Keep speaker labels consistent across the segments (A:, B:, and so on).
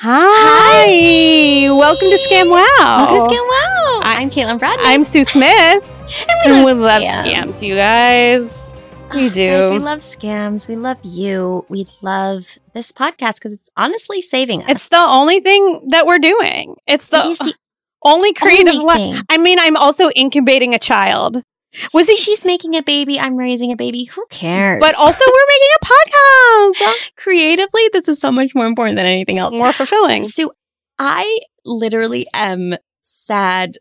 A: Hi. Welcome to Scam Wow.
B: Welcome to Scam Wow.
A: I-
B: Oh. I'm Caitlin Bradley.
A: I'm Sue Smith.
B: we love
A: we love
B: scams. Oh,
A: scams, you guys. We do.
B: Guys, we love scams. We love you. We love this podcast because it's honestly saving us.
A: it's the only thing that we're doing. It's the,
B: It is the
A: only creative
B: only
A: li-
B: thing.
A: I mean, I'm also incubating a child. Was he?
B: She's making a baby. I'm raising a baby. Who cares?
A: But also, we're making a podcast.
B: creatively, this is so much more important than anything else.
A: More fulfilling.
B: So I literally am sad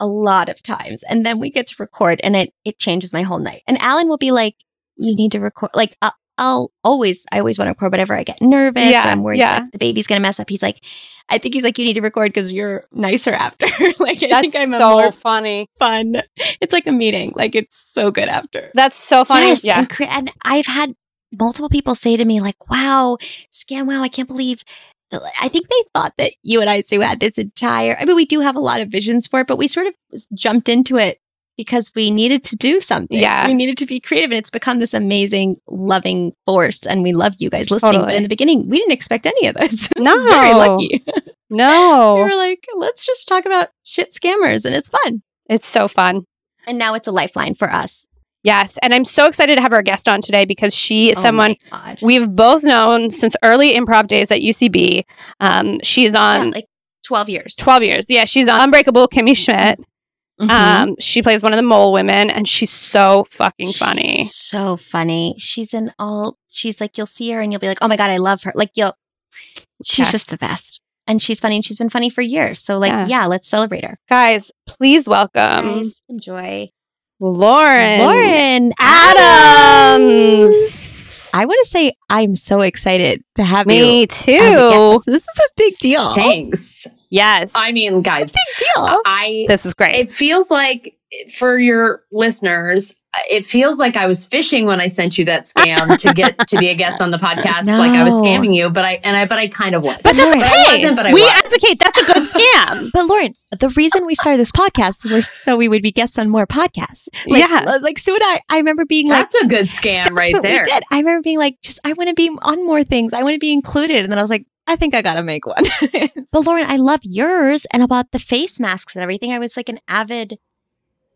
B: a lot of times. And then we get to record and it, it changes my whole night. And Alan will be like, you need to record. Like, I'll, I'll always, I always want to record whenever I get nervous
A: Yeah,
B: or I'm worried
A: yeah.
B: like, the baby's going to mess up. He's like, I think he's like, you need to record because you're nicer after. like, I think I'm a more
A: funny.
B: fun. It's like a meeting. Like, it's so good after.
A: That's so funny.
B: Yes,
A: yeah.
B: and, cre- and I've had multiple people say to me like, "Wow, scam! Wow, I can't believe." I think they thought that you and I, Sue, had this entire. I mean, we do have a lot of visions for it, but we sort of s- jumped into it because we needed to do something.
A: Yeah.
B: we needed to be creative, and it's become this amazing, loving force. And we love you guys listening. But
A: Totally.
B: in the beginning, we didn't expect any of this. It was
A: No.
B: very lucky. we
A: No,
B: were like, let's just talk about shit scammers, and it's fun.
A: it's so fun.
B: And now it's a lifeline for us.
A: Yes. And I'm so excited to have our guest on today because she is
B: Oh my
A: someone
B: God.
A: We've both known since early improv days at UCB. Um, she's
B: Yeah,
A: on
B: like twelve years.
A: 12 years. Yeah, she's on Unbreakable Kimmy
B: Mm-hmm.
A: Schmidt.
B: Mhm.
A: Um, she plays one of the mole women, and she's so fucking funny.
B: She's so funny. She's in all. She's like you'll see her and you'll be like, oh my god, I love her. Like you'll. She's
A: Yeah.
B: just the best, and she's funny, and she's been funny for years. So like,
A: Yeah. Um,
B: yeah, let's celebrate her.
A: Guys, please welcome
B: Guys, enjoy
A: Lauren.
B: Lauren
A: Adams.
B: I want to say I'm so excited to have you.
A: Me
B: as a
A: too.
B: guest. This is a big deal.
C: Thanks.
A: Yes.
C: I mean, guys,
B: Big
A: Oh,
B: deal.
C: I
A: this is great.
C: it feels like for your listeners, it feels like I was fishing when I sent you that scam to get to be a guest on the podcast. Like I was
B: No.
C: scamming you, but I and I but I kind of was.
A: but that's
B: Lauren.
A: okay.
C: I wasn't, but I
A: we
C: was.
A: advocate that's a good scam.
B: But Lauren, the reason we started this podcast was so we would be guests on more podcasts. Like,
A: Yeah.
B: like Sue and I. I remember being like.
C: that's a good scam
B: That's
C: right
B: what we
C: there.
B: did. I remember being like, just I want to be on more things. I want to be included. And then I was like, I think I gotta make one. but Lauren, I love yours and about the face masks and everything. I was like an avid.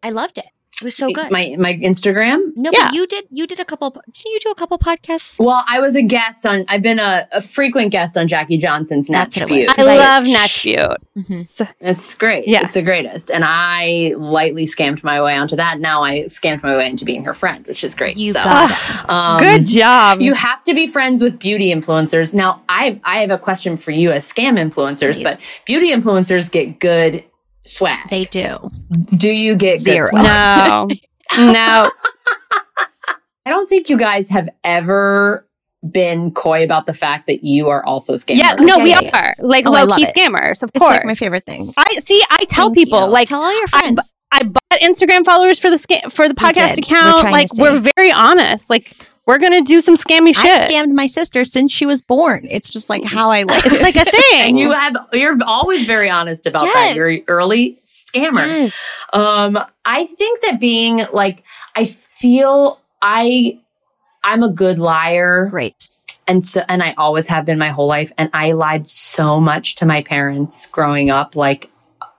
B: I loved it. It was so good.
C: My my Instagram.
B: no,
A: Yeah.
B: but you did. You did a couple. Did you do a couple podcasts?
C: Well, I was a guest on. I've been a, a frequent guest on Jackie Johnson's
B: That's
C: Natch
B: what it was.
C: Butte.
A: I
B: Because I-
A: love Nash Butte.
B: Mhm.
C: It's great.
A: Yeah.
C: It's the greatest. And I lightly scammed my way onto that. Now I scammed my way into being her friend, which is great.
B: You
C: so,
B: got
C: um,
A: good job.
C: You have to be friends with beauty influencers. Now, I I have a question for you as scam influencers,
B: Please.
C: but beauty influencers get good swag.
B: They do.
C: Do you get
B: Zero.
C: Good swag?
A: no. no.
C: I don't think you guys have ever been coy about the fact that you are also scammers.
A: Yeah, no,
B: Yeah,
A: we
B: yeah,
A: are
B: yeah.
A: like
B: Oh, I
A: low key
B: love it.
A: scammers, of
B: It's
A: course.
B: like my favorite thing.
A: I see. I tell
B: Thank
A: people
B: you.
A: like
B: tell all your
A: I-
B: friends.
A: I bought Instagram followers for the sca- for the podcast
B: did. We're
A: account.
B: trying to
A: like we're
B: save.
A: very honest. Like we're gonna do some scammy
B: I've
A: shit.
B: scammed my sister since she was born. It's just like how I live.
A: it's like a thing.
C: And you have you're always very honest about
B: Yes.
C: that. You're an early scammer.
B: yes.
C: Um, I think that being like I feel I I'm a good liar.
B: Great.
C: and so and I always have been my whole life and I lied so much to my parents growing up like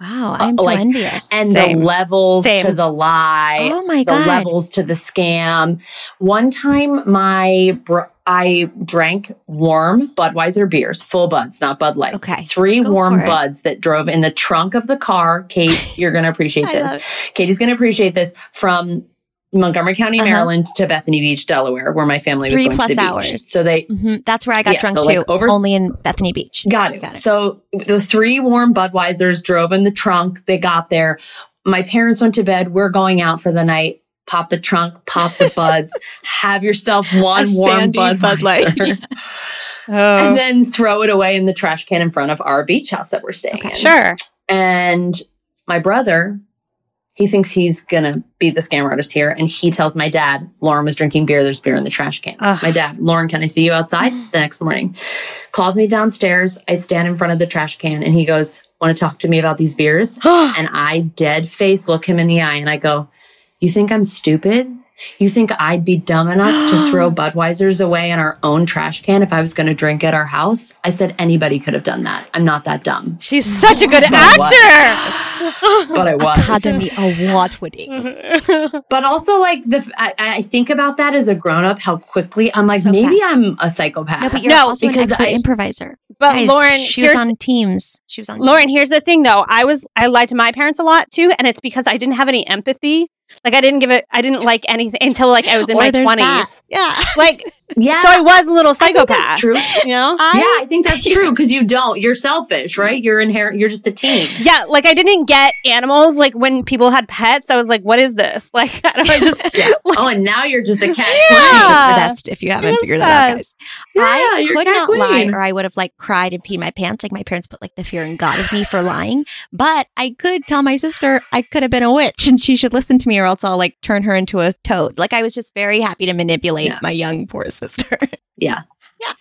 B: Wow. I'm so
C: like-
B: envious.
C: and
A: Same.
C: the levels
A: Same.
C: to the lie
B: oh my
C: the
B: god.
C: levels to the scam one time my br- I drank warm Budweiser beers full buds not Bud Lights
B: Okay.
C: three
B: Go
C: warm
B: for it.
C: buds that drove in the trunk of the car Kate you're going to appreciate
B: I
C: this
B: love it.
C: Katie's going to appreciate this from Montgomery County,
B: Uh-huh.
C: Maryland to Bethany Beach, Delaware, where my family was
B: Three
C: going
B: plus
C: to the beach.
B: hours.
C: So they
B: hmm That's where I got
C: Yeah,
B: drunk
C: so,
B: too,
C: like, over-
B: only in Bethany Beach.
C: Got it.
B: Got it.
C: So the three warm Budweisers drove in the trunk. They got there. My parents went to bed. We're going out for the night. pop the trunk, pop the buds, have yourself one
B: A
C: warm
B: sandy
C: Bud,
B: Bud Light.
C: and then throw it away in the trash can in front of our beach house that we're staying
B: Okay.
C: in.
A: sure.
C: And my brother, he thinks he's gonna be the scam artist here, and he tells my dad, Lauren was drinking beer. There's beer in the trash can.
A: Ugh.
C: My dad, Lauren, can I see you outside the next morning? Calls me downstairs. I stand in front of the trash can, and he goes, "Want to talk to me about these beers?" and I dead face look him in the eye and I go, You think I'm stupid? You think I'd be dumb enough to throw Budweiser's away in our own trash can if I was going to drink at our house? I said, Anybody could have done that. I'm not that dumb.
A: She's such a good
C: But what?
A: actor.
C: But I was.
B: Academy Award winning.
C: Mm-hmm. But also, like the, f- I, I think about that as a grown up. How quickly I'm like,
B: So
C: maybe
B: fast.
C: I'm a psychopath.
B: No, but you're
A: No,
B: also an
C: because
B: expert
C: I-
B: improviser.
A: but
B: Guys,
A: Lauren,
B: she was
A: here's
B: on teams. She was on.
A: Lauren, here's the thing though. I was I lied to my parents a lot too, and it's because I didn't have any empathy. Like I didn't give it I didn't like anything until like I was in
B: Or
A: my
B: there's that.
A: twenties.
B: Yeah.
A: Like
C: yeah,
A: so I was a little
C: I think that's
A: psychopath.
C: true.
A: You know?
C: yeah, I think that's true because you don't. You're selfish, right? You're inherent. You're just a team.
A: Yeah, like I didn't get animals. Like when people had pets, I was like, "What is this?" Like I, don't, I just
C: Yeah. Oh, and now you're just a cat.
A: Yeah.
B: She's obsessed if you haven't
A: You're
B: figured that out, guys.
A: obsessed.
C: Yeah,
B: I
C: you're
B: could
C: cat
B: not
C: queen.
B: lie or I would have like cried and peed my pants. Like my parents put like the fear in God of me for lying. But I could tell my sister I could have been a witch and she should listen to me or else I'll like turn her into a toad. Like I was just very happy to manipulate
C: Yeah.
B: my young poor sister.
C: Yeah.
B: Yeah.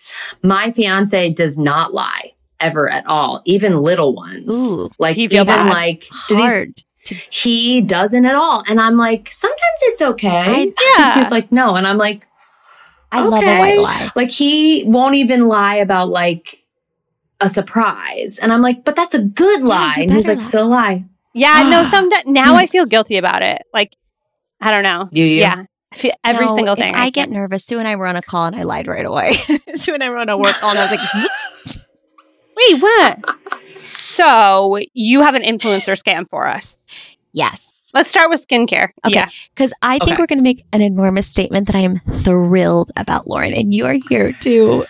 C: My fiance does not lie ever at all, even little ones.
B: Ooh,
C: like
A: he feel
C: even
A: bad.
C: like do these,
B: Hard.
C: he doesn't at all. And I'm like, sometimes it's okay.
B: I-
C: And
A: yeah.
C: He's like, no. And I'm like,
B: I love a
C: Okay.
B: white lie.
C: like he won't even lie about like a surprise. And I'm like, but that's a good lie.
B: you
C: and he's
B: better
C: like,
B: lie.
C: still lie.
A: yeah, no. Some now I feel guilty about it. Like I don't know.
C: You, you.
A: Yeah, I feel every
B: No,
A: single
B: if
A: thing.
B: I get nervous. Sue and I were on a call and I lied right away. Sue and I were on a work call and I was like, "Zoop."
A: Wait, what? so you have an influencer scam for us.
B: yes.
A: Let's start with skincare.
B: Okay.
A: Yeah.
B: Because I think
C: Okay.
B: we're going to make an enormous statement that I am thrilled about, Lauren, and you are here to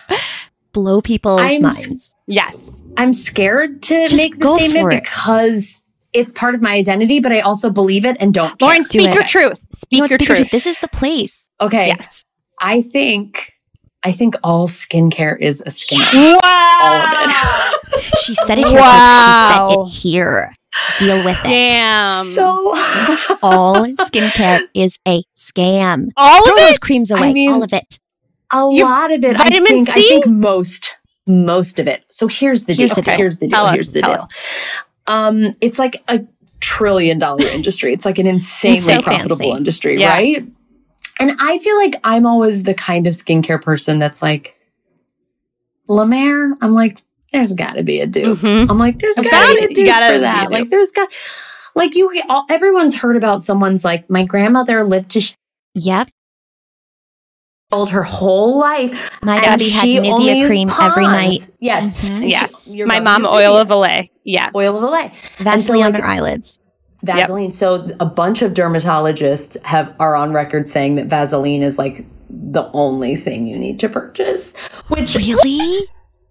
B: blow people's
C: I'm s-
B: minds.
A: Yes.
C: I'm scared to
B: Just
C: make the
B: go
C: statement
B: for it.
C: because it's part of my identity, but I also believe it and don't
A: Lauren,
C: care.
B: Do
A: speak
B: it.
A: your truth. Speak
B: You know,
A: your
B: it's because
A: truth.
B: This is the place.
C: Okay.
A: Yes.
C: I think I think all skincare is a scam.
A: Wow.
C: All
B: She said it here. folks.
A: Wow.
B: She said it here. Deal with it.
C: Um,
A: Damn.
C: so
B: All skincare is a scam.
A: all
B: Throw
A: of
B: those
A: it.
B: creams away.
C: mean-
B: all of it.
C: a
A: You've-
C: lot of it. I
A: Vitamin
C: think, I
A: C?
C: think most most of it. So here's the deal.
B: Here's the deal.
C: Here's the deal.
A: Tell us,
C: here's the
A: tell
C: deal.
A: us.
C: Um, it's like a trillion dollar industry. It's like an insanely
B: So
C: profitable
B: fancy.
C: industry,
A: Yeah.
C: right? And I feel like I'm always the kind of skincare person that's like La Mer. I'm like, there's got to be a dupe.
A: Mhm.
C: I'm like, there's
A: There's
C: gotta
A: gotta
C: be a
A: be- you
C: dude
A: gotta
C: for
A: be a
C: that.
A: dude.
C: Like, there's got, like you, all, everyone's heard about someone's like, my grandmother lived to sh-
B: Yep.
C: old her whole life.
B: My
C: and
B: daddy had
C: she only
B: Nivea
C: used
B: cream every
C: Pond's.
B: night.
C: Yes.
B: Mhm.
C: And she-
A: Yes.
C: you're
A: My
C: gonna
A: mom
C: use
A: oil
C: Nivea.
A: of Olay. Yeah.
C: Oil of Olay.
B: Vaseline on
C: like-
B: your eyelids.
C: Vaseline. So a bunch of dermatologists have are on record saying that Vaseline is like the only thing you need to purchase. Which
B: Really?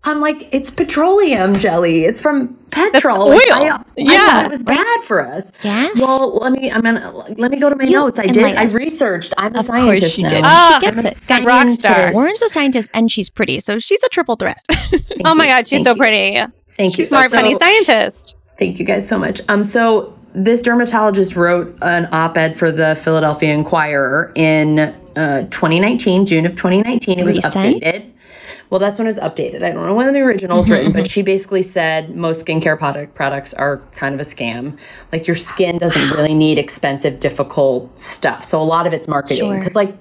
C: I'm like, it's petroleum jelly. It's from petrol. Like,
A: oil.
C: I- I thought
A: Yeah.
C: it was bad for us.
B: Yes.
C: Well, let me. I'm gonna let me go to my
B: You
C: notes. I did. I
B: enlighten us.
C: researched. I'm a
B: Of course
C: scientist
B: you
C: now.
B: did.
A: Ah,
B: she gets
C: I'm a
B: it. Guys,
A: rock star.
B: Lauren's a scientist and she's pretty, so she's a triple threat.
C: Thank
A: Oh my
C: you.
A: God, she's
C: Thank
A: so
C: you.
A: pretty.
C: Thank you.
A: Smart,
C: So-
A: funny scientist.
C: Thank you guys so much. Um, so this dermatologist wrote an op-ed for the Philadelphia Inquirer in uh, 2019, June of 2019. It was
B: Recent?
C: updated. Well, that's when it was updated. I don't know when the original's written, but she basically said most skincare product products are kind of a scam. Like your skin doesn't really need expensive, difficult stuff. So a lot of it's marketing
B: Sure.
C: because like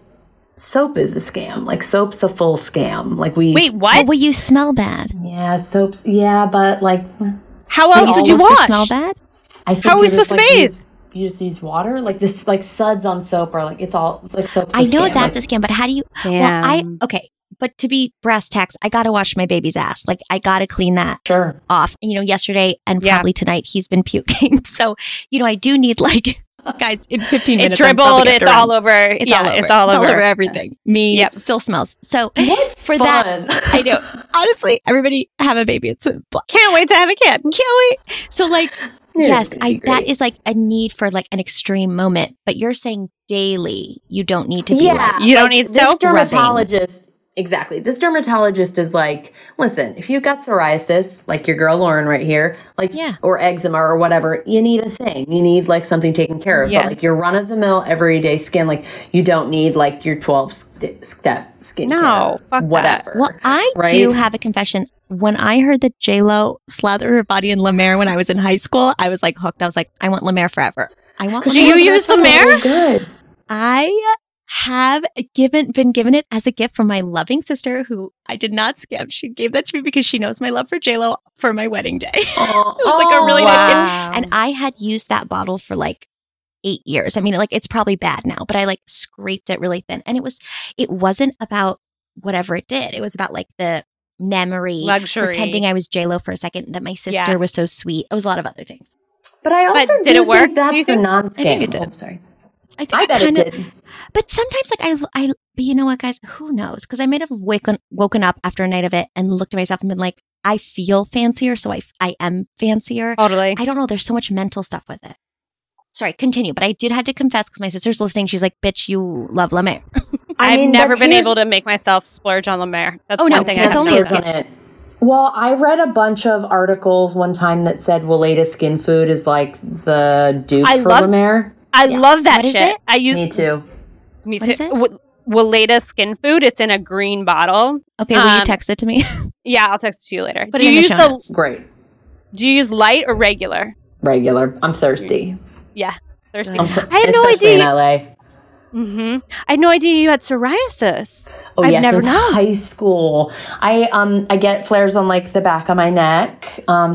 C: soap is a scam. Like soap's a full scam. Like we
A: Wait,
B: But
A: what?
B: will you smell bad?
C: yeah, soaps yeah, but like
A: How
B: Are
A: else
B: you
A: did you
B: supposed to
A: wash?
B: smell bad?
C: I think
A: How are we
C: you just,
A: supposed to bathe?
C: Use, you just use water, like this, like suds on soap, or like it's all it's like soap.
B: I know that's a scam, but how do you? Well, I
A: Damn.
B: okay, but to be brass tacks, I gotta wash my baby's ass. Like I gotta clean that
C: sure.
B: off. You know, yesterday and
A: Yeah.
B: probably tonight he's been puking. So you know, I do need like guys in fifteen
A: It
B: minutes. I'm probably
A: dribbled.
B: gonna
A: It's
B: run.
A: all over.
B: It's
A: yeah,
B: all over.
A: it's all over.
B: everything. Me,
A: Yep.
B: it still smells. So for that,
C: Fun.
B: I know. Honestly, everybody have a baby. It's a blast.
A: Can't wait to have a kid.
B: Can't wait. So like
C: It's
B: yes,
C: gonna be
B: I that
C: great.
B: is like a need for like an extreme moment. But you're saying daily. You don't need to be like,
C: yeah,
A: You don't need
C: this
A: soap
B: rubbing.
C: dermatologist. Exactly. This dermatologist is like, listen, if you've got psoriasis, like your girl Lauren right here, like
B: Yeah.
C: or eczema or whatever, you need a thing. You need like something taken care of.
A: Yeah.
C: But like your run of the mill everyday skin, like you don't need like your 12 st- step skin.
A: No, fuck that.
C: whatever.
B: Well, I
C: right?
B: do have a confession. When I heard that J Lo slathered her body in La Mer when I was in high school, I was like hooked. I was like, I want La Mer forever. I want. La
A: Do
B: Mer
A: you
B: forever.
A: use the mare?
C: Good.
B: I have given been given it as a gift from my loving sister, who I did not scam. She gave that to me because she knows my love for J Lo for my wedding day,
C: Oh,
B: It was, like, a really nice
C: wow.
B: and I had used that bottle for like eight years. I mean, like it's probably bad now, but I like scraped it really thin, and it was it wasn't about whatever it did. It was about like the memory
A: luxury.
B: pretending I was J Lo for a second, that my sister
A: Yeah.
B: was so sweet. It was a lot of other things.
C: But I also
A: But did
C: do
A: it work?
C: Think that's
A: Do you
C: a
A: think-
C: non-scam.
B: I think it did.
C: Oh, I'm sorry.
B: think
C: I bet it
B: kinda-
C: did.
B: But sometimes, like I, I, but you know what, guys? Who knows? Because I might have waken, woken up after a night of it and looked at myself and been like, I feel fancier, so I, I am fancier.
A: totally.
B: I don't know. There's so much mental stuff with it. Sorry, continue. But I did have to confess because my sister's listening. She's like, "Bitch, you love La Mer."
A: I have
C: mean,
A: never
C: but
A: been
C: here's-
A: able to make myself splurge on La Mer. That's
B: Oh,
A: one
B: no,
A: thing
B: that's
A: I have
B: only
A: noticed.
B: as gifts.
C: Well, I read a bunch of articles one time that said Willeta skin food is like the dupe
A: I
C: for
A: love-
C: Lumiere.
A: I love that
B: What is
A: shit.
B: it?
A: I use
C: Me too.
A: me
B: What
A: too.
B: is it?
A: W- Weleda skin food. It's in a green bottle.
B: Okay, will
A: Um,
B: you text it to me?
A: Yeah, I'll text it to you later.
B: Put
A: do
B: it in
A: you use
B: the show
A: the
B: notes.
C: Great.
A: Do you use light or regular?
C: Regular. I'm thirsty.
A: Thirsty.
C: I'm cr-
A: I had no
C: especially
A: idea.
C: In LA.
A: hmm I had no idea you had psoriasis.
C: Oh
A: I've
C: yes,
A: never
C: since
A: known.
C: high school. I um I get flares on like the back of my neck. Um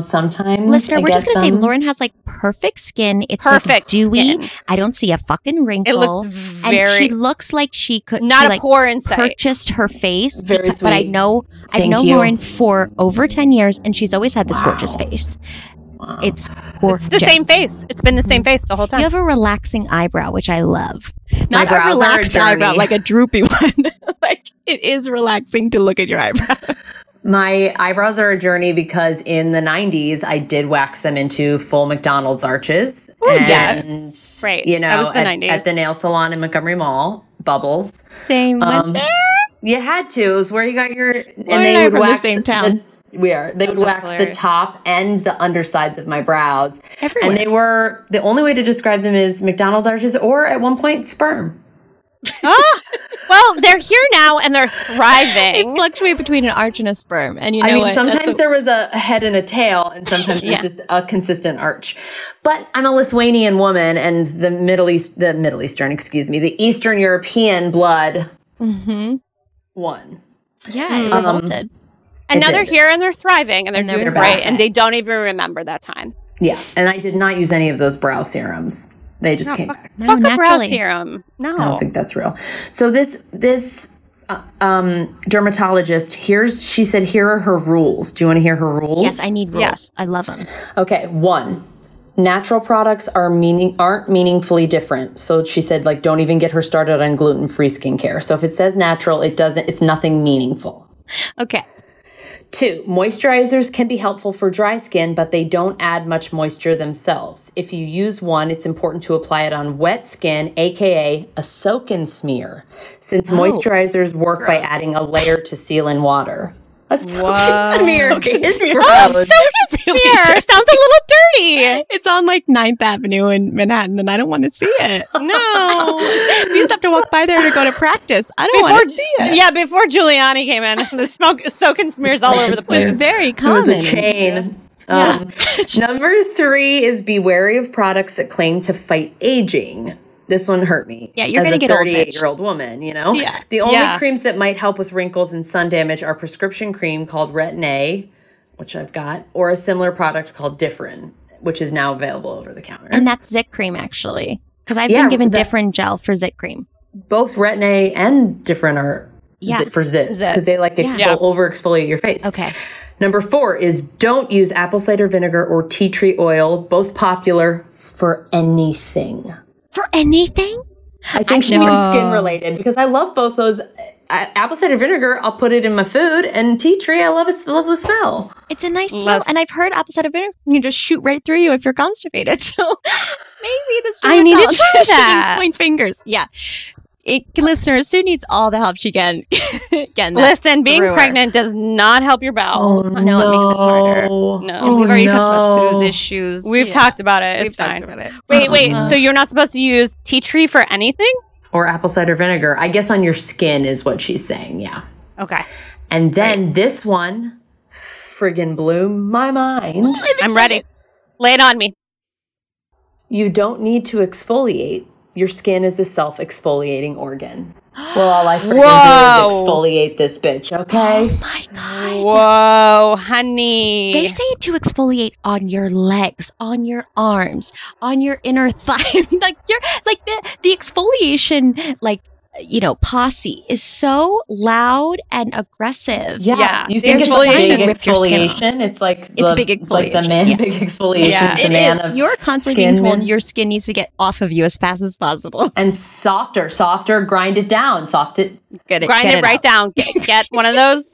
C: sometimes.
B: Listener,
C: I
B: we're just
C: get
B: gonna say
C: them.
B: Lauren has like perfect skin. It's like,
A: Perfect.
B: dewy.
A: skin.
B: I don't see a fucking wrinkle.
A: It looks
B: and
A: very
B: she looks like she could
A: not
B: she,
A: a
B: like,
A: poor insight.
B: purchased her face.
C: Very
B: because- But I
C: sweet.
B: know I've
C: Thank
B: known
C: you.
B: Lauren for over ten years, and she's always had this gorgeous
C: Wow.
B: face.
C: Wow.
B: It's gorgeous.
A: It's the same face. It's been the same face the whole
B: You
A: time.
B: have a relaxing eyebrow, which I love.
C: My
B: Not
C: brows
B: a
C: are a
B: relaxed
C: journey.
B: eyebrow, like a droopy one. like it is relaxing to look at your eyebrow.
C: My eyebrows are a journey because in the 90s, I did wax them into full McDonald's arches. and,
A: yes. Right.
C: You know,
A: That was the
C: at,
A: 90s.
C: at the nail salon in Montgomery Mall, Bubbles.
B: Same.
C: Um, you had to. It was where you got your. And
B: Lauren and I are from the same town.
C: the- we are. They would
A: That's
C: wax
A: hilarious.
C: the top and the undersides of my brows.
B: Everywhere.
C: And they were the only way to describe them is McDonald's arches or at one point sperm.
A: Ah, well, they're here now and they're
B: it
A: thriving.
B: fluctuates between an arch and a sperm, and you know
C: I mean,
B: what? That's
C: sometimes
B: a-
C: there was a head and a tail, and sometimes
A: Yeah.
C: there's just a consistent arch. But I'm a Lithuanian woman, and the Middle East, the Middle Eastern, excuse me, the Eastern European blood
B: Mhm.
C: won.
B: Yeah, it
A: Um,
B: revolted.
A: And now
C: It
A: they're
C: did.
A: here and they're thriving and they're
B: And they're
A: doing
C: back.
A: great and they don't even remember that time.
C: Yeah, and I did not use any of those brow serums. They just
B: Oh,
A: No,
C: came
A: fuck,
C: back.
B: No,
A: fuck a brow
B: naturally.
A: serum.
C: I don't
A: No.
C: think that's real. So this this uh, um, dermatologist here's she said here are her rules. Do you want to hear her rules?
B: Yes, I need rules.
A: Yes.
B: I love them.
C: Okay, one. Natural products are meaning aren't meaningfully different. So she said like don't even get her started on gluten-free skincare. So if it says natural, it doesn't it's nothing meaningful.
B: Okay.
C: Two, moisturizers can be helpful for dry skin, but they don't add much moisture themselves. If you use one, it's important to apply it on wet skin, aka a soak and smear, since moisturizers work by adding a layer to seal in water. A soak and smear is gross.
A: Here, sounds a little dirty.
B: It's on like 9th Avenue in Manhattan, and I don't want to see it.
A: No.
B: we used to have to walk by there to go to practice. I don't
A: Before,
B: want to see it.
A: yeah, before Giuliani came in, the smoke soak and smears all over the place.
B: It's very
C: It was
B: common.
C: a chain. Um, number three is be wary of products that claim to fight aging. This one hurt me.
B: Yeah, you're
C: as
B: gonna
C: a
B: get old, bitch.
C: year old woman. You know,
B: Yeah.
C: the only
A: Yeah.
C: creams that might help with wrinkles and sun damage are prescription cream called Retin A, which I've got, or a similar product called Differin, which is now available over the counter.
B: And that's zit cream, actually. Because I've
C: Yeah,
B: been given
C: that-
B: different gel for zit cream.
C: Both Retin A and Differin are
B: Yeah.
C: zit for zits
B: Zit.
C: because they like exfol-
A: Yeah.
C: over exfoliate your face.
B: Okay.
C: Number four is don't use apple cider vinegar or tea tree oil, both popular for anything.
B: For anything?
C: I think she means skin related because I love both those I, apple cider vinegar. I'll put it in my food and tea tree. I love it. Love the smell.
B: It's a nice smell,
A: Less-
B: and I've heard apple cider vinegar can just shoot right through you if you're constipated. So maybe this.
A: I need to
B: dermatologist
A: try
B: shouldn't
A: that.
B: Point fingers, yeah. It, listeners, Sue needs all the help she can. get in that.
A: Listen, being
B: Brewer.
A: pregnant does not help your bowels.
B: Oh,
C: Oh,
B: no, it makes it harder.
C: No.
A: No.
B: And we've already talked about Sue's
C: Oh, no.
B: issues.
A: We've
B: Yeah.
A: talked about it. It's
B: We've
A: fine.
B: talked Oh, about it. Uh-huh.
A: Wait, wait.
C: Uh-uh.
A: So you're not supposed to use tea tree for anything?
C: Or apple cider vinegar. I guess on your skin is what she's saying. Yeah.
A: Okay.
C: And then this one friggin' blew my mind.
A: I'm ready. Lay it on me.
C: You don't need to exfoliate. Your skin is a self exfoliating organ. Well, all I freaking do is
A: Whoa.
C: exfoliate this bitch, okay?
B: Oh, My God.
A: Whoa, honey.
B: They say to exfoliate on your legs, on your arms, on your inner thigh. like your like the the exfoliation like you know posse is so loud and aggressive.
C: Yeah.
A: Yeah.
C: You
A: The
C: think it's
B: exfoliation
C: big
B: rips your skin off.
C: exfoliation? It's like
B: It's big
C: like the
B: exfoliation,
C: man,
B: yeah.
C: big exfoliation.
A: Yeah.
C: Yeah. The
B: It
C: man
B: is.
C: of
B: You're constantly being
C: skin
B: cold.
C: men.
B: Your skin needs to get off of you as fast as possible.
C: and softer, softer, grind it down, soft it.
B: Get it,
A: grind
B: get
A: it, right down.
B: out.
A: Get, get one of those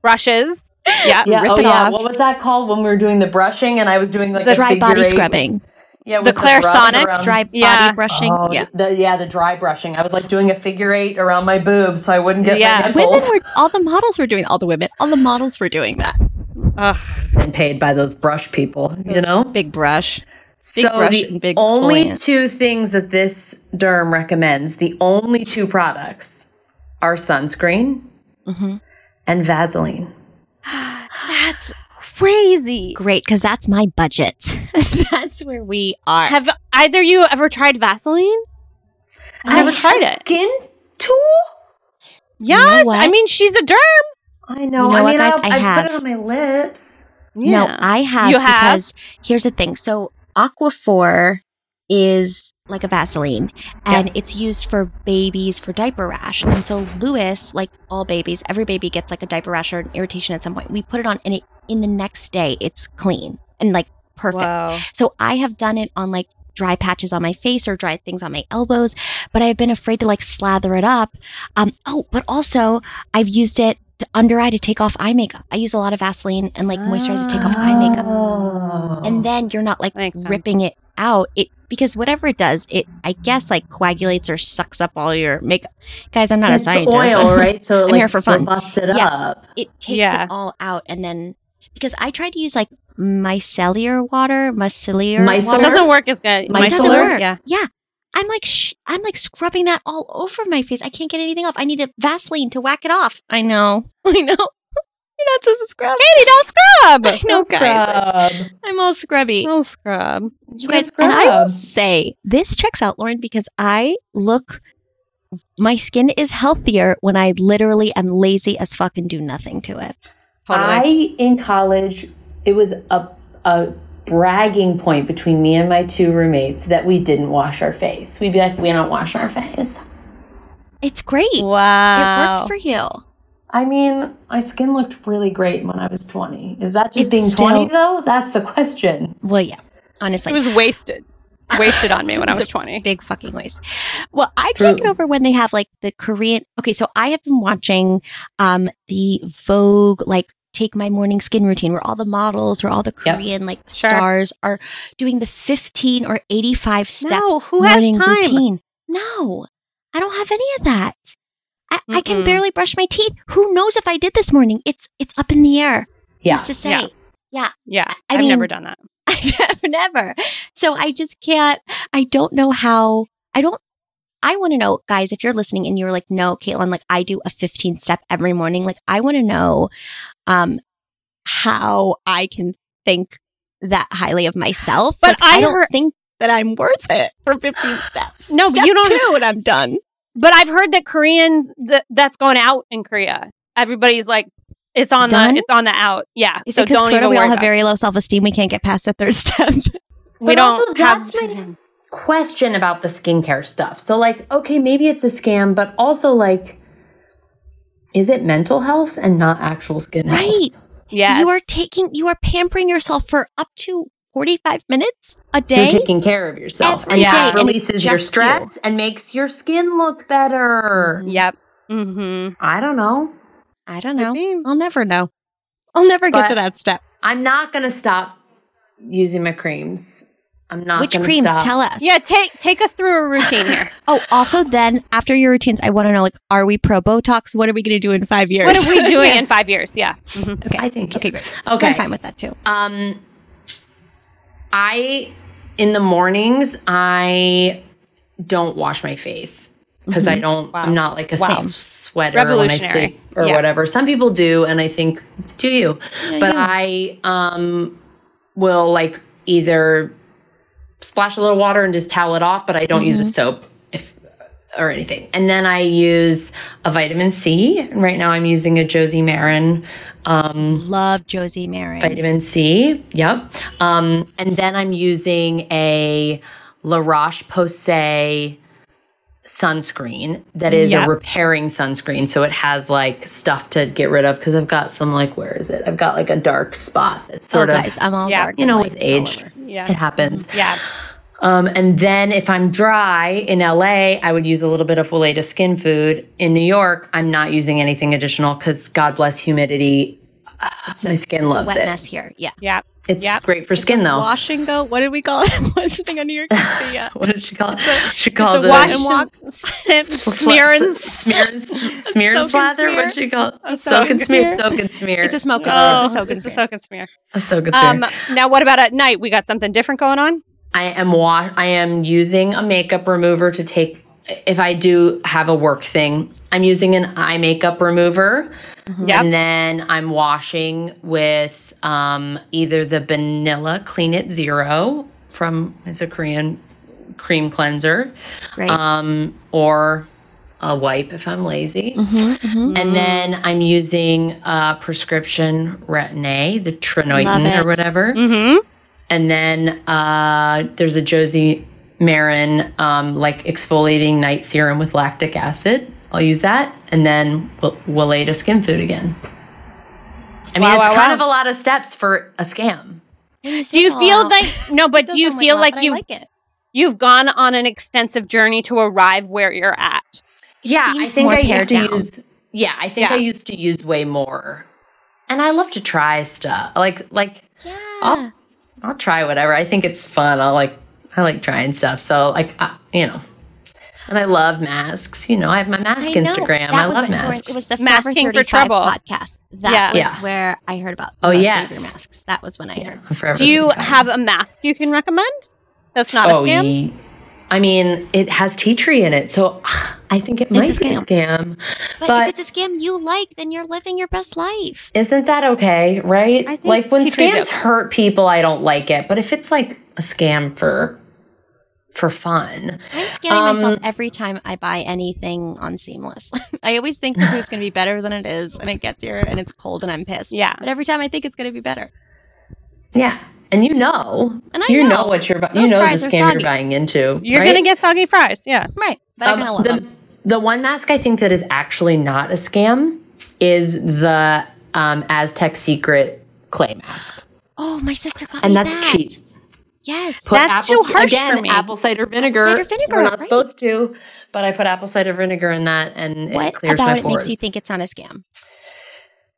A: brushes. Yeah.
C: Yeah,
B: Rip
C: oh
B: it
C: yeah.
B: off.
C: What was that called when we were doing the brushing and I was doing like
B: The
C: a
B: dry
C: figure
B: body
C: eight?
B: scrubbing,
C: Yeah,
A: The
C: with
A: Claire
C: brush
A: Sonic
C: around-
B: dry
A: Yeah.
B: body brushing.
C: Um, Oh,
B: yeah.
C: The, yeah, the dry brushing. I was like doing a figure eight around my boobs so I wouldn't get
A: Yeah.
C: my
B: Women
C: nipples.
B: were all the models were doing all the women, all the models were doing that.
A: Ugh.
C: and paid by those brush people, you know?
B: Big brush. big
C: so
B: brush
C: the
B: and big
C: only
B: exfoliant.
C: two things that this derm recommends, the only two products are sunscreen and Vaseline.
A: That's crazy.
B: Great, because that's my budget. that's where we are.
A: Have either you ever tried Vaseline? I never tried
C: have
A: it.
C: Skin tool?
A: Yes.
B: what?
A: I mean, she's a derm.
C: I know.
B: You know
C: I
B: what,
C: mean,
B: guys?
C: I,
B: I
C: I
B: have.
C: put it on my lips.
A: Yeah.
B: No, I have
A: You have?
B: because here's the thing. So Aquaphor is like a Vaseline and it's used for babies for diaper rash. And so Lewis, like all babies, every baby gets like a diaper rash or an irritation at some point. We put it on and it in the next day it's clean and like perfect.
A: Whoa.
B: So I have done it on like dry patches on my face or dry things on my elbows, but I've been afraid to like slather it up. Um, oh, but also I've used it to under eye to take off eye makeup. I use a lot of Vaseline and like moisturizer to take off eye makeup.
C: Oh.
B: And then you're not like
A: Makes sense.
B: ripping it out. It because whatever it does, it I guess like coagulates or sucks up all your makeup. Guys, I'm not a
C: it's
B: scientist.
C: oil, right? So it
B: I'm
C: like
B: here for fun.
C: busts it
B: Yeah.
C: up.
B: it takes
A: Yeah.
B: it all out and then because I tried to use like micellar water, micellar
C: Micellar?
A: It
B: water.
A: doesn't work as good.
C: My
B: it doesn't
C: solar?
B: work.
A: Yeah.
B: yeah. I'm like, sh- I'm like scrubbing that all over my face. I can't get anything off. I need a Vaseline to whack it off. I know. I know. You're not supposed to scrub.
A: Katie, don't scrub.
B: I know, guys.
C: Scrub.
B: I'm all scrubby.
A: Don't scrub.
B: you
C: good
B: guys, and I will
C: scrub.
B: say this checks out, Lauren, because I look, my skin is healthier when I literally am lazy as fuck and do nothing to it.
A: Totally.
C: I in college, it was a a bragging point between me and my two roommates that we didn't wash our face. We'd be like, we don't wash our face.
B: It's great. It
A: wow.
B: worked for you.
C: I mean, my skin looked really great when I was 20. Is that just
B: It's
C: being 20
B: still-
C: though? That's the question.
B: Well, yeah. Honestly,
A: It was wasted. Wasted on me when I was 20.
B: big fucking waste. Well, I can't get
C: True.
B: over when they have like the Korean. Okay, so I have been watching um the Vogue like take my morning skin routine where all the models or all the
C: Yep.
B: Korean like
A: Sure.
B: stars are doing the 15 or 85 step
A: No, who
B: morning
A: has time?
B: routine. No. I don't have any of that. I, I can
A: Mm-mm.
B: barely brush my teeth. Who knows if I did this morning? It's it's up in the air.
C: Yeah.
B: Who's to say?
A: Yeah. Yeah.
B: I
A: I've
B: mean-
A: never done that.
B: I've never. So I just can't. I don't know how. I don't. I want to know, guys, if you're listening and you're like, no, Caitlin, like I do a 15 step every morning. Like I want to know, um, how I can think that highly of myself.
A: But
B: Like, I,
A: I
B: don't
A: heard-
B: think that I'm worth it for 15 steps.
A: No, but
B: Step
A: you don't-
B: Two, and I'm done.
A: But I've heard that Korean th- that's going out in Korea. Everybody's like, it's on
B: Done?
A: the it's on the out. Yeah.
B: Is
A: so
B: it because
A: don't even worry
B: we all have
A: about it.
B: very low self esteem? We can't get past the third step.
A: We
C: But also,
A: don't have.
C: that's my question about the skincare stuff. So like, okay, maybe it's a scam, but also like is it mental health and not actual skin health?
B: right.
A: Yes.
B: You are taking, you are pampering yourself for up to 45 minutes a
C: You're
B: day.
C: taking care of yourself.
B: Every
C: and
A: day,
C: that
B: and it's
C: releases your
B: just
C: stress and makes your skin look better.
A: Yep. Mm-hmm.
C: I don't know.
B: I don't know. I'll never know. I'll never get
C: But-
B: to that step.
C: I'm not gonna stop using my creams. I'm not.
B: Which
C: gonna
B: creams?
C: Stop.
B: Tell us.
A: Yeah, take take us through a routine here.
B: Oh, also then after your routines, I want to know like, are we pro Botox? What are we going to do in five years?
A: what are we doing in five years? Yeah. Mhm.
B: okay.
C: I think.
B: Okay, great.
C: Okay.
B: I'm fine with that too.
C: Um, I in the mornings I don't wash my face because I don't.
A: Mm-hmm. Wow.
C: I'm not like a
A: Wow.
C: s- sweater when I
A: Revolutionary.
C: sleep or
A: Yeah.
C: whatever. Some people do, and I think do you, but I um will like either splash a little water and just towel it off, but I don't
A: Mm-hmm.
C: use a soap if or anything. And then I use a vitamin C. And right now I'm using a Josie Marin
B: Love Josie Marin.
C: vitamin C. Yep. Um, and then I'm using a La Roche Posay sunscreen that is
A: Yep.
C: a repairing sunscreen. So it has like stuff to get rid of because I've got some like where is it? I've got like a dark spot that's
B: Oh,
C: sort of
B: guys, I'm all
A: Yeah.
B: dark.
C: you
B: and
C: know
B: light
C: with
B: all
C: age.
B: over.
A: Yeah.
C: It happens.
A: Yeah.
C: Um, and then if I'm dry in LA, I would use a little bit of Willeta skin food. In New York, I'm not using anything additional because God bless humidity. my skin
B: It's a
C: loves
B: wet
C: it.
B: mess here. Yeah.
A: Yeah.
C: It's
A: Yep.
C: great for skin though.
B: Wash and go. What did we call it? What's the thing on New York? City? Yeah.
C: What did she call it? She
B: It's
C: called
B: a
C: it
B: wash
C: a
B: and walk.
A: Sim-
C: sla-
A: smear and
C: s- smear and s- smear and
B: soak and
C: slather.
B: smear.
C: What she called
B: A
C: soak and smear,
B: smear.
C: soak and smear.
B: It's a smoke. and-
A: Oh,
B: it's a soak. and
A: it's a
B: smear.
A: soak and smear.
C: a soak and smear.
A: Um, now, what about at night? We got something different going on.
C: I am wa- I am using a makeup remover to take if I do have a work thing. I'm using an eye makeup remover.
A: Yep.
C: And then I'm washing with um, either the vanilla Clean It Zero from it's a Korean cream cleanser.
B: Great.
C: um, or a wipe if I'm lazy. And then I'm using a prescription retin A, the
B: Love
C: Trinoitin
B: it.
C: or whatever.
A: Mm-hmm.
C: And then uh, there's a Josie Marin um, like exfoliating night serum with lactic acid. I'll use that. And then we'll, we'll lay to skin food again. I mean,
A: Wow,
C: it's
A: wow,
C: kind
A: wow.
C: of a lot of steps for a scam.
A: Do you feel like no? But do you feel like,
B: I
A: you
B: like it?
A: you've gone on an extensive journey to arrive where you're at?
C: Yeah,
B: Seems
C: I think
B: more
C: I used
B: pared
C: to
B: down.
C: use. Yeah, I think
A: Yeah.
C: I used to use way more, and I love to try stuff. Like like
B: Yeah.
C: I'll I'll try whatever. I think it's fun. I like I like trying stuff. So like I, you know, and I love masks. You know, I have my mask
B: I know.
C: Instagram.
B: That
C: I
B: was
C: love
B: what Lauren-
C: masks.
B: It was the Forever
A: Masking for
B: 35
A: Trouble.
B: podcast. That
A: Yeah.
B: was
C: Yeah.
B: where I heard about.
C: Oh,
B: the Save
C: yes.
B: Your masks. That was when I heard.
C: I'm forever
A: Do you
C: gonna be fine.
A: have a mask you can recommend? That's not a scam.
C: Oh, ye- I mean, it has tea tree in it, so I think it might
B: a
C: be a scam.
B: But,
C: But-
B: if it's a scam you like, then you're living your best life.
C: Isn't that okay? Right?
A: I think
C: like when
A: tea tree's
C: scams
A: okay.
C: hurt people, I don't like it. But if it's like a scam for for fun,
B: I'm scamming
C: Um,
B: myself every time I buy anything on Seamless. I always think the food's going to be better than it is, and it gets here and it's cold and I'm pissed.
A: Yeah.
B: But every time I think it's going to be better.
C: yeah. And you know,
B: And I
C: you know,
B: know.
C: what you're bu- you
B: Those
C: know
B: fries
C: the
B: are
C: scam
B: soggy.
C: you're buying into.
A: You're
C: right?
A: gonna get soggy fries. Yeah.
B: Right. But I kind of love
C: the,
B: them.
C: the one mask I think that is actually not a scam is the um, Aztec secret clay mask,
B: Oh, my sister got
C: and
B: me
C: that's
B: that.
C: cheap.
B: Yes.
C: Put
A: That's
C: apple
A: too
C: ci-
A: harsh
C: again,
A: for me.
C: Apple cider vinegar.
B: Cider vinegar,
C: We're not
B: right.
C: supposed to, but I put apple cider vinegar in that, and it
B: what
C: clears
B: about
C: my
B: it
C: pores.
B: makes you think it's not a scam?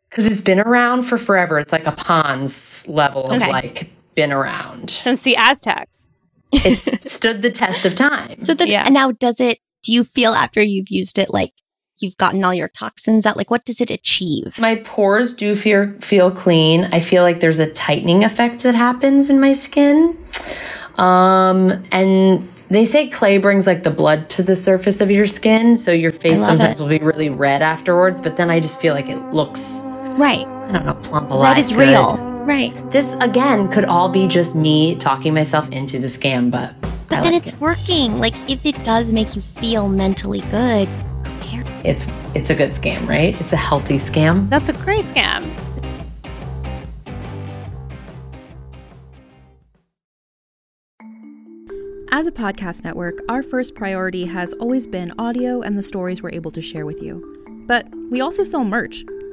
C: Because it's been around for forever. It's like a Pons level of
B: Okay.
C: like been around.
A: Since the Aztecs.
C: It's stood the test of time.
B: So then,
A: Yeah.
B: and now does it, do you feel after you've used it like you've gotten all your toxins out? Like, what does it achieve?
C: my pores do feel feel clean. I feel like there's a tightening effect that happens in my skin. Um, and they say clay brings like the blood to the surface of your skin, so your face
B: love
C: sometimes
B: it.
C: will be really red afterwards. But then I just feel like it looks,
B: Right.
C: Oh, I don't know, plump
B: Red
C: alive.
B: is
C: good.
B: real. Right.
C: This again could all be just me talking myself into the scam, but
B: But
C: I
B: then
C: like
B: it's working. Like, if it does make you feel mentally good,
C: it's it's a good scam, right? It's a healthy scam.
A: That's a great scam.
D: As a podcast network, our first priority has always been audio and the stories we're able to share with you. But we also sell merch,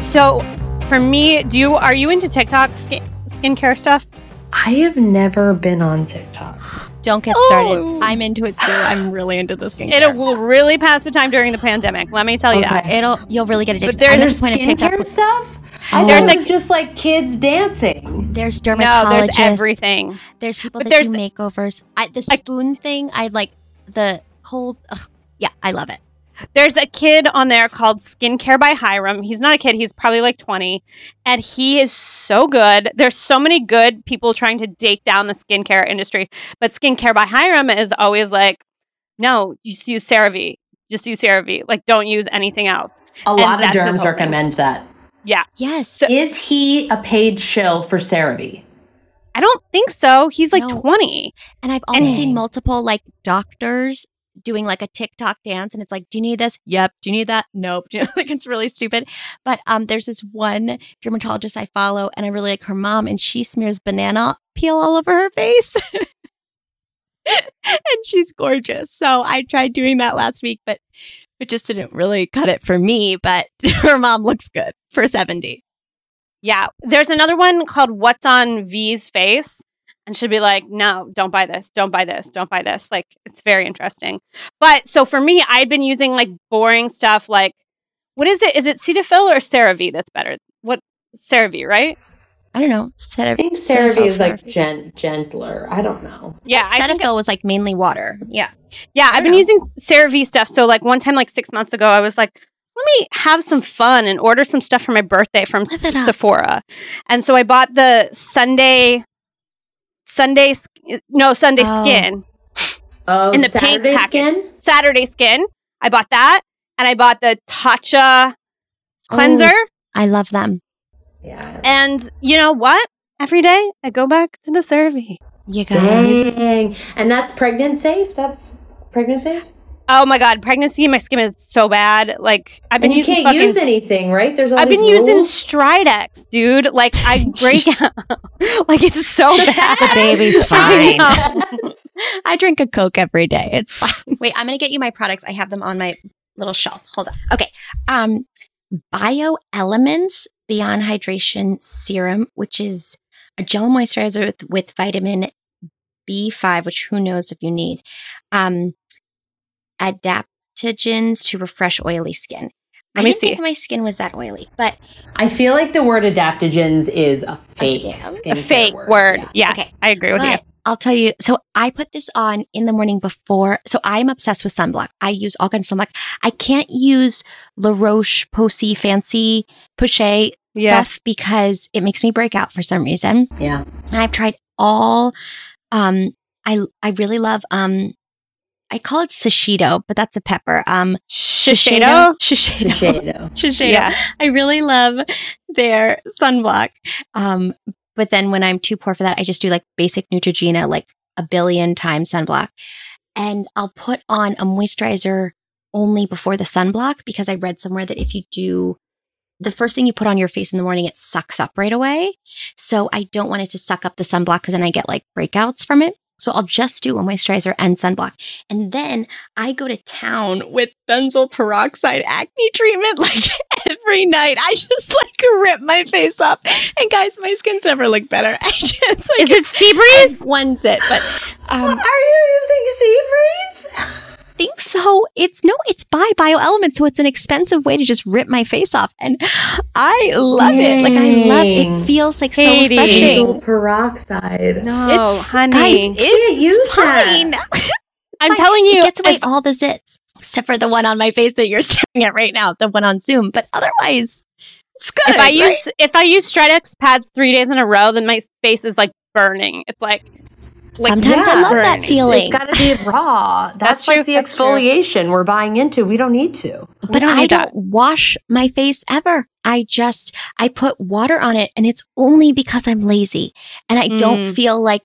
A: So, for me, do you are you into TikTok skin, skincare stuff?
C: I have never been on TikTok.
B: Don't get started. I'm into it too. I'm really into this game.
A: It will really pass the time during the pandemic. Let me tell you that.
B: It'll you'll really get addicted.
A: there's
B: I'm at
C: There's
B: the point of TikTok
C: skincare stuff. I
B: Oh.
C: there's
A: There's,
C: like
A: like-
C: just like kids dancing.
B: There's
A: No,
B: dermatologists.
A: there's everything.
B: There's people
A: But
B: that do
A: there's-
B: makeovers. I, the
A: I-
B: spoon thing. I like the whole. Ugh, yeah, I love it.
A: There's a kid on there called Skincare by Hiram. He's not a kid, he's probably like 20. And he is so good. There's so many good people trying to take down the skincare industry. But Skincare by Hiram is always like, no, just use CeraVe. Just use CeraVe. Like, don't use anything else.
C: A
A: And
C: lot of
A: that's his whole
C: derms
A: thing.
C: recommend that.
A: Yeah.
B: Yes.
C: Is he a paid shill for CeraVe?
A: I don't think so. He's like
B: No.
A: 20.
B: and I've also
C: and-
B: seen multiple like doctors doing like a TikTok dance, and it's like, do you need this? Yep. Do you need that? Nope. You know, like it's really stupid. But um, there's this one dermatologist I follow, and I really like her mom, and she smears banana peel all over her face. and she's gorgeous. So I tried doing that last week, but it just didn't really cut it for me. But her mom looks good for 70.
A: Yeah. There's another one called What's on V's Face. And she'll be like, no, don't buy this. Don't buy this. Don't buy this. Like, it's very interesting. But so for me, I'd been using like boring stuff like, what is it? Is it Cetaphil or CeraVe that's better? What? CeraVe, right?
B: I don't know. Cetaphil,
C: I think CeraVe is like gen- gentler. I don't know.
A: Yeah. I think,
B: Cetaphil was like mainly water. Yeah.
A: yeah. I've been
B: know.
A: using CeraVe stuff. So like one time, like six months ago, I was like, let me have some fun and order some stuff for my birthday from
B: Live it up.
A: Sephora. And so I bought the Sunday, Sunday, sk- no, Sunday
B: Oh.
A: skin.
C: Oh,
A: In the pink
C: Saturday
A: package.
C: skin.
A: Saturday Skin. I bought that, and I bought the Tatcha cleanser.
B: I love them.
C: Yeah.
A: And you know what? Every day I go back to the survey.
B: You guys.
C: Dang. And that's pregnant safe. That's pregnant safe.
A: Oh my god, pregnancy! My skin is so bad. Like I've been
C: And you
A: using
C: can't
A: fucking-
C: use anything, right? There's all
A: I've
C: these
A: been using
C: rules.
A: Stridex, dude. Like I break out. like it's so bad.
B: baby's
A: I
B: fine.
A: know.
B: I drink a Coke every day. It's fine. Wait, I'm going to get you my products. I have them on my little shelf. Hold on. Okay. Um, Bio Elements Beyond Hydration Serum, which is a gel moisturizer with, with vitamin B5, which who knows if you need. Um, adaptogens to refresh oily skin.
A: Let
B: I
A: me
B: didn't think
A: see.
B: my skin was that oily, but
C: I feel like the word adaptogens is a fake
B: scam?
A: A
C: skincare
A: fake word.
C: Yeah.
A: Yeah.
B: Okay.
A: I agree with you.
B: But I'll tell you. So I put this on in the morning before. So I'm obsessed with sunblock. I use all kinds of sunblock. I can't use La Roche Posay fancy Poche
A: Yeah.
B: stuff because it makes me break out for some reason.
C: Yeah.
B: And I've tried all. Um, I I really love. Um, I call it shishido, but that's a pepper. Um,
A: Shiseido?
B: Shishido.
C: Shiseido.
B: Shiseido.
A: Yeah.
B: I really love their sunblock. Um, but then when I'm too poor for that, I just do like basic Neutrogena, like a billion times sunblock. And I'll put on a moisturizer only before the sunblock because I read somewhere that if you do the first thing you put on your face in the morning, it sucks up right away. So I don't want it to suck up the sunblock because then I get like breakouts from it. So I'll just do a moisturizer and sunblock. And then I go to town with benzoyl peroxide acne treatment like every night. I just like rip my face up. And guys, my skin's never looked better. I just like
A: Is it sea breeze?
B: one's it, but um,
C: you using sea breeze?
B: think so. It's no, it's by BioElement, so it's an expensive way to just rip my face off, and I love it. Like I love it.
C: Dang.
B: Feels like
A: Katie.
B: so refreshing.
C: Benzoyl peroxide.
A: No,
B: it's
A: honey.
B: guys, Oh, it's
C: use that.
B: fine.
A: I'm
B: fine.
A: telling you,
B: it gets away
A: if-
B: all the zits except for the one on my face that you're staring at right now, the one on Zoom. But otherwise, it's good.
A: if I
B: right?
A: use if I use Stridex pads three days in a row, then my face is like burning. It's like, like
B: sometimes I
C: yeah.
B: love that
A: burning.
B: feeling.
C: It's got to be raw. That's,
A: That's
C: like
A: true,
C: the
A: that's true.
C: exfoliation we're buying into. We don't need to.
B: but
A: don't
B: I
A: need
B: don't
A: that.
B: wash my face ever. I just I put water on it and it's only because I'm lazy and I don't
A: Mm.
B: feel like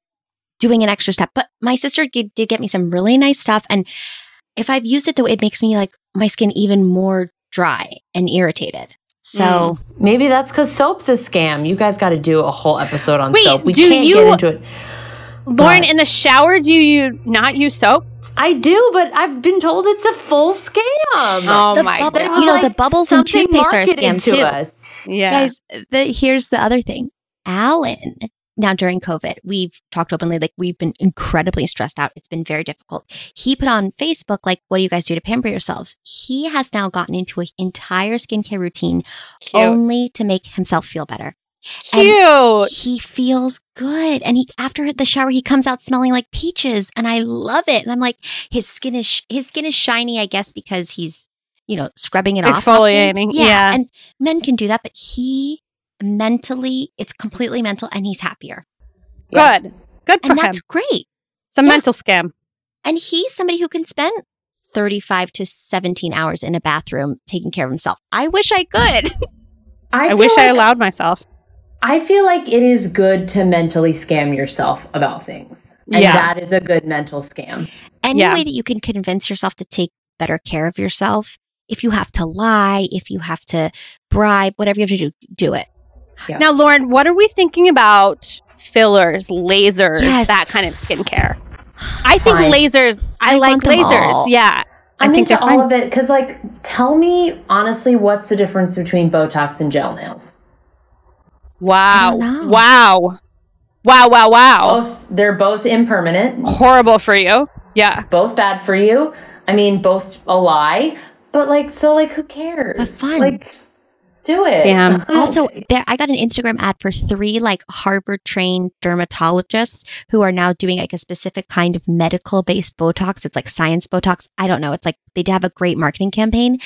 B: doing an extra step. But my sister did, did get me some really nice stuff and if I've used it though it makes me like my skin even more dry and irritated.
A: Mm.
B: So
C: Maybe that's because soap's a scam. You guys got to do a whole episode on
A: Wait,
C: soap. We
A: do
C: can't
A: you-
C: get into it.
A: Lauren, in the shower, do you not use soap?
C: I do, but I've been told it's a full scam.
A: Oh
B: the
A: my
B: bubble-
A: god!
C: It was
B: you know, the bubbles in
C: something
B: toothpaste are a
C: marketed
B: scam,
C: to
B: too.
C: Us.
A: Yeah,
B: guys, the, here's the other thing. Alan, now during COVID, we've talked openly, like we've been incredibly stressed out. It's been very difficult. He put on Facebook, like, what do you guys do to pamper yourselves? He has now gotten into an entire skincare routine
A: cute,
B: only to make himself feel better.
A: cute.
B: He feels good. And he, after the shower, he comes out smelling like peaches and I love it. And I'm like, his skin is, sh- his skin is shiny, I guess, because he's, you know, scrubbing it off. often.
A: Exfoliating, yeah.
B: And men can do that, but he mentally, it's completely mental and he's happier.
C: Yeah.
A: Good, good for
B: And
A: him.
B: that's great.
A: Some
B: yeah.
A: mental scam.
B: And he's somebody who can spend 35 to 17 hours in a bathroom taking care of himself. I wish I could.
A: I,
C: feel
A: wish I
C: like-
A: allowed myself.
C: I feel like it is good to mentally scam yourself about things. And
A: Yes.
C: that is a good mental scam.
B: Any
A: Yeah.
B: way that you can convince yourself to take better care of yourself, if you have to lie, if you have to bribe, whatever you have to do, do it.
C: Yeah.
A: Now, Lauren, what are we thinking about fillers, lasers,
B: Yes.
A: that kind of skincare? I think
C: Fine.
A: lasers. I,
B: I
A: like
B: want them
A: lasers.
B: all.
A: Yeah, I
C: I'm
A: think
C: into
A: they're
C: all
A: fine.
C: of it because, like, tell me honestly, what's the difference between Botox and gel nails?
A: Wow,
B: know. Oh.
A: wow, wow, wow, wow.
C: Both, they're both impermanent,
A: Horrible for you. Yeah.
C: both bad for you. I mean, both a lie. But like, so like, who cares?
B: But fun.
C: Like, do it.
A: Damn.
B: Also, there I got an Instagram ad for three like Harvard trained dermatologists who are now doing like a specific kind of medical based Botox. It's like science Botox. I don't know. It's like they have a great marketing campaign.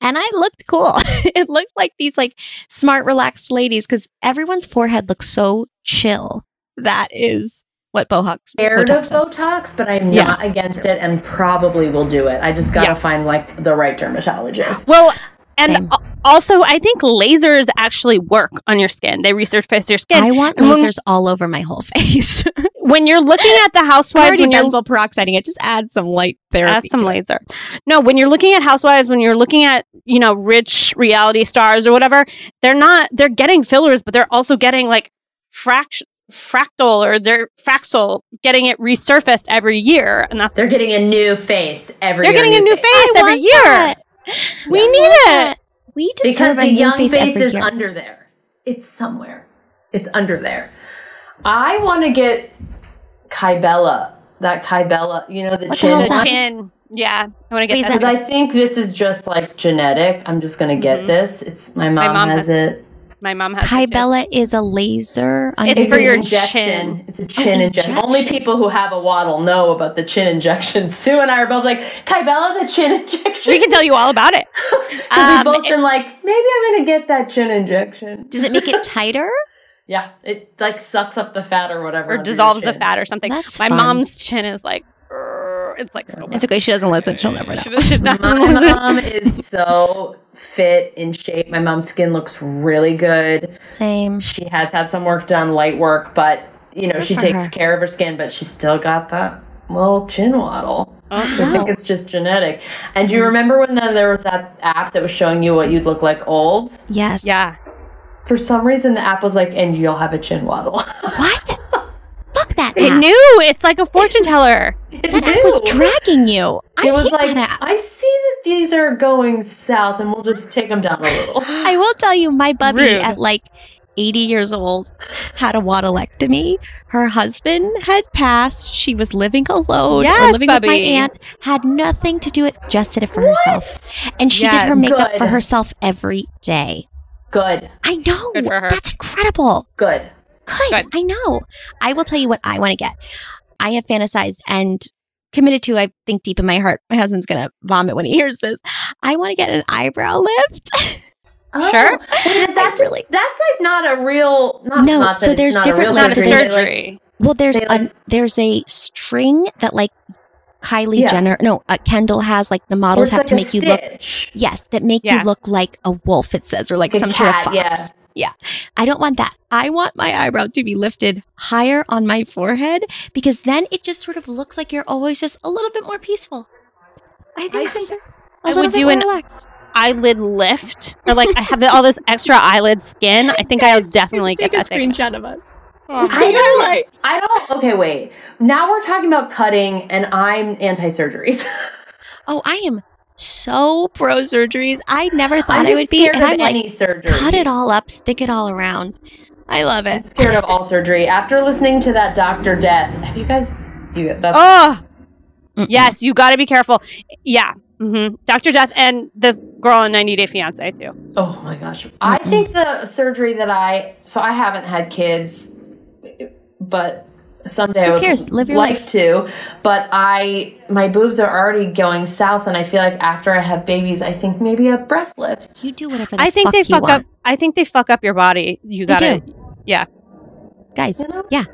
B: And I looked cool. it looked like these like smart, relaxed ladies because everyone's forehead looks so chill. That is what Botox.
C: scared
B: Botox
C: of
B: does.
C: Botox, but I'm
A: Yeah.
C: not against it and probably will do it. I just gotta
A: Yeah.
C: find like the right dermatologist.
A: Well, and
B: Same.
A: al- also, I think lasers actually work on your skin. They research fits your skin.
B: I want
A: And when-
B: lasers all over my whole face.
A: when you're looking at the
B: I'm
A: housewives,
B: already
A: when you're
B: benzoyl peroxiding it. Just add some light therapy.
A: add some
B: to it.
A: laser. No, when you're looking at housewives, when you're looking at you know rich reality stars or whatever, they're not. They're getting fillers, but they're also getting like fraction fractal or their fraxel getting it resurfaced every year, and that's
C: They're getting a new face every
A: they're
C: year.
A: getting a new face
B: I
A: every
B: want
A: year.
B: that.
A: We
B: I
A: need
B: want
A: it.
B: that. We
C: Because
B: deserve
C: the
B: a
C: young
B: young face,
C: face
B: every
C: is
B: year.
C: under there. It's somewhere. It's under there. I want to get Kybella. That Kybella, you know, the
B: What the
C: chin.
B: hell's
A: The
B: that?
A: chin. Yeah, I want to get
B: Please,
A: that.
C: Because I think this is just like genetic. I'm just gonna get this. It's my mom,
A: Mm-hmm. mom
C: has
A: had-
C: it.
A: My mom has the chin.
B: Kybella is a laser. under
A: It's for
C: an
A: your
B: there.
A: chin. Oh,
C: It's a chin injection. Only
B: injection.
C: people who have a waddle know about the chin injection. Sue and I are both like, Kybella, the chin injection.
A: We can tell you all about it.
C: Because
A: Um,
C: we've both been like, maybe I'm gonna get that chin injection.
B: Does it make it tighter?
C: Yeah, it like sucks up the fat or whatever.
A: or
C: under your
A: dissolves the
C: chin.
A: fat or something.
B: That's
A: My
B: fun.
A: mom's chin is like, "Grr," it's like so.
B: It's okay. She doesn't listen. She'll never know.
A: She should not
C: My mom is so fit in shape. My mom's skin looks really good.
B: Same.
C: She has had some work done, light work, but you know, she
B: for
C: takes
B: her.
C: care of her skin, but she's still got that little chin waddle. I think it's just genetic. And do you remember when then there was that app that was showing you what you'd look like old?
B: Yes.
A: yeah.
C: For some reason, the app was like, and you'll have a chin waddle.
B: What? Fuck that
A: It
B: app.
A: knew. It's like a fortune teller.
B: that app was
C: Ew.
B: dragging you. I
C: It was
B: hate
C: like,
B: that app.
C: I see that these are going south and we'll just take them down a little.
B: I will tell you, my bubby
A: Rude.
B: at like 80 years old had a waddlectomy. Her husband had passed. She was living alone
A: Yes,
B: or living with my
A: bubby.
B: aunt. Had nothing to do it. Just did it for herself, and she did her
A: Yes.
B: makeup for
C: Good.
B: herself every day.
C: Good,
B: I know.
A: Good for her.
B: That's incredible.
C: good.
B: Good.
A: Good.
B: I know. I will tell you what I want to get. I have fantasized and committed to, I think deep in my heart, my husband's going to vomit when he hears this. I want to get an eyebrow lift.
A: Sure.
C: Oh. Wait, is
B: I
C: that just-
B: really-
C: that's like not a real. Not,
B: No,
C: Not that
B: so
C: it's
B: there's
C: not
B: different
C: A real
A: Not a
B: surgery.
C: surgery.
A: surgery.
B: Well, there's
C: They,
B: a
C: like-
B: there's a string that like Kylie
C: Yeah.
B: Jenner, no, uh, Kendall has. Like the
C: Like,
B: models
C: it's
B: have
C: like
B: to
C: a
B: make you look.
C: stitch.
B: Yes, that make
A: Yeah.
B: you look like a wolf. It says, or like
C: Like a
B: some sort of
C: cat, yeah.
B: fox. Yeah. I don't want that. I want my eyebrow to be lifted higher on my forehead because then it just sort of looks like you're always just a little bit more peaceful. I think it's just a
A: I
B: little
A: would
B: bit
A: do
B: more
A: an-
B: relaxed.
A: Eyelid lift, or like I have all this extra eyelid skin. I think I'll definitely get that thing.
B: screenshot of us.
C: I don't like. I don't. Okay, wait. Now we're talking about cutting, and I'm anti-surgery.
B: Oh, I am so pro surgeries. I never
C: I'm
B: thought I
C: just
B: would be,
C: scared
B: and
C: of
B: I'm like.
C: any surgery.
B: Cut it all up, stick it all around. I love
C: I'm
B: it.
C: scared of all surgery. After listening to that Doctor Death, have you guys? You that's
A: Oh, yes, you got to be careful. Yeah. hmm Dr. Death and this girl on 90 Day Fiance, too.
C: Oh my gosh. I think the surgery that I so I haven't had kids but someday I would
B: cares? Live your life.
C: to. But I my boobs are already going south and I feel like after I have babies I think maybe a breast lift.
B: You do whatever the
A: I think
B: fuck
A: they
B: you
A: fuck
B: want.
A: up. I think they fuck up your body. You got to Yeah.
B: guys.
C: You know?
B: Yeah,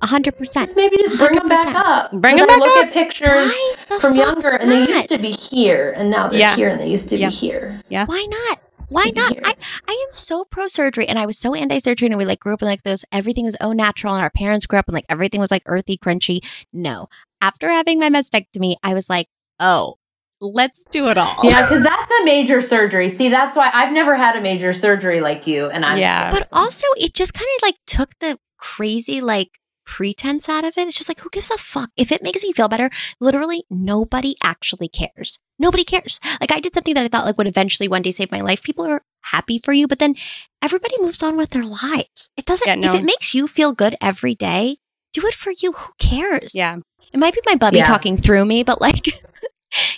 B: a hundred percent.
C: Just maybe just bring them back
B: 100%.
C: up.
A: Bring
C: 'Cause
A: 'em
C: I
A: back
C: look
A: up.
C: at pictures
B: Why the
C: from
B: fuck
C: younger and they used
B: not?
C: to be here and now they're
A: Yeah.
C: here and they used to
A: Yeah.
C: be here.
B: Why not? Why
C: Sitting
B: not?
C: here.
B: I, I am so pro surgery, and I was so anti surgery, and we like grew up in like this. Everything was oh natural, and our parents grew up and like everything was like earthy, crunchy. No, after having my mastectomy, I was like, oh, let's do it all.
C: Yeah, because that's a major surgery. See, that's why I've never had a major surgery like you and I'm
A: Yeah.
B: But also, it just kind of like took the crazy like pretense out of it. It's just like, who gives a fuck? If it makes me feel better, literally nobody actually cares. Nobody cares. Like I did something that I thought like would eventually one day save my life. People are happy for you, but then everybody moves on with their lives. It doesn't.
A: Yeah, no.
B: If it makes you feel good every day, do it for you. Who cares?
A: Yeah.
B: It might be my bubby
C: Yeah.
B: talking through me, but like.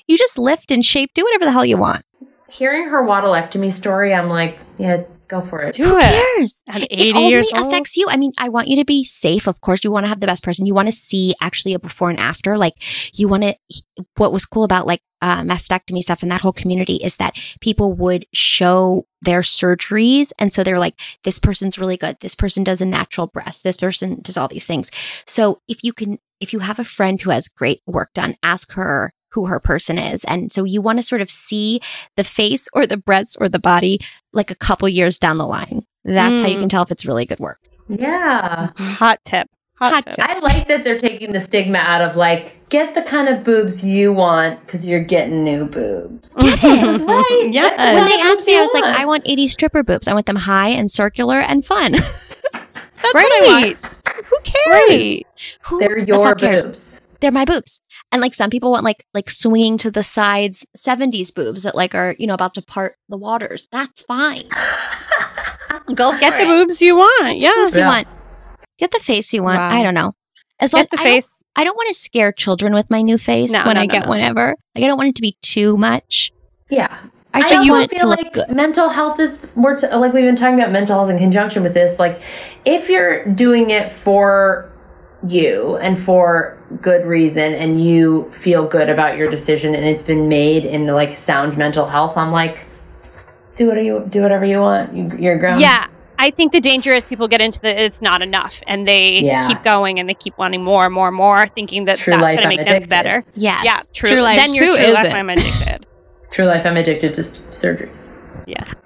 B: You just lift and shape, do whatever the hell you want.
C: hearing her waddlectomy story, I'm like, yeah, go for it.
A: Do
B: Who
A: it.
B: cares?
A: I'm
B: it
A: 80
B: only
A: years old.
B: affects you. I mean, I want you to be safe. Of course, you want to have the best person. You want to see actually a before and after. Like you want to. What was cool about like uh, mastectomy stuff and that whole community is that people would show their surgeries, and so they're like, this person's really good. This person does a natural breast. This person does all these things. So if you can, if you have a friend who has great work done, ask her who her person is. And so you want to sort of see the face or the breast or the body like a couple years down the line. That's how you
A: Mm.
B: can tell if it's really good work.
C: Yeah.
A: Hot tip. Hot,
B: Hot
A: tip.
B: tip.
C: I like that they're taking the stigma out of like, get the kind of boobs you want because you're getting new boobs.
B: Get it.
C: That's right.
A: Yes.
C: Get the
B: When
C: kind
B: they
C: of
B: asked
C: boobs
B: me, I
C: you
B: was like, I want 80 stripper boobs. I want them high and circular and fun. That's
A: Great.
B: what I want. Who cares?
A: Right.
B: Who
C: They're
B: the
C: your
B: fuck cares?
C: boobs.
B: They're my boobs. And like some people want like like swinging to the sides 70s boobs that like are, you know, about to part the waters. That's fine. Go for
A: Get the
B: it.
A: boobs you want. Yeah.
B: Boobs you
C: Yeah.
B: want. Get the face you want.
A: Wow.
B: I don't know. As long
A: Get the
B: I don't-
A: face.
B: I don't want to scare children with my new face
A: No,
B: when
A: no,
B: I
A: no,
B: get
A: no.
B: one ever. Like I don't want it to be too much.
C: Yeah.
B: I just
C: also
B: want it
C: feel
B: to look
C: like
B: good.
C: mental health is we're t- like we've been talking about mental health in conjunction with this. Like, if you're doing it for you and for good reason, and you feel good about your decision, and it's been made in like sound mental health, I'm like, do whatever you do whatever you want. You, you're
B: Um,
C: grown.
A: Yeah. I think the danger is people get into the it's not enough and they
C: Yeah.
A: keep going and they keep wanting more and more and more, thinking that
C: True
A: that's
C: life,
A: going to
C: I'm
A: make them
C: addicted.
A: better.
B: Yes.
A: Yeah, true.
E: True life,
A: Then you're
E: who
A: true. That's
E: isn't?
A: why I'm addicted.
C: True life. I'm addicted to s- surgeries.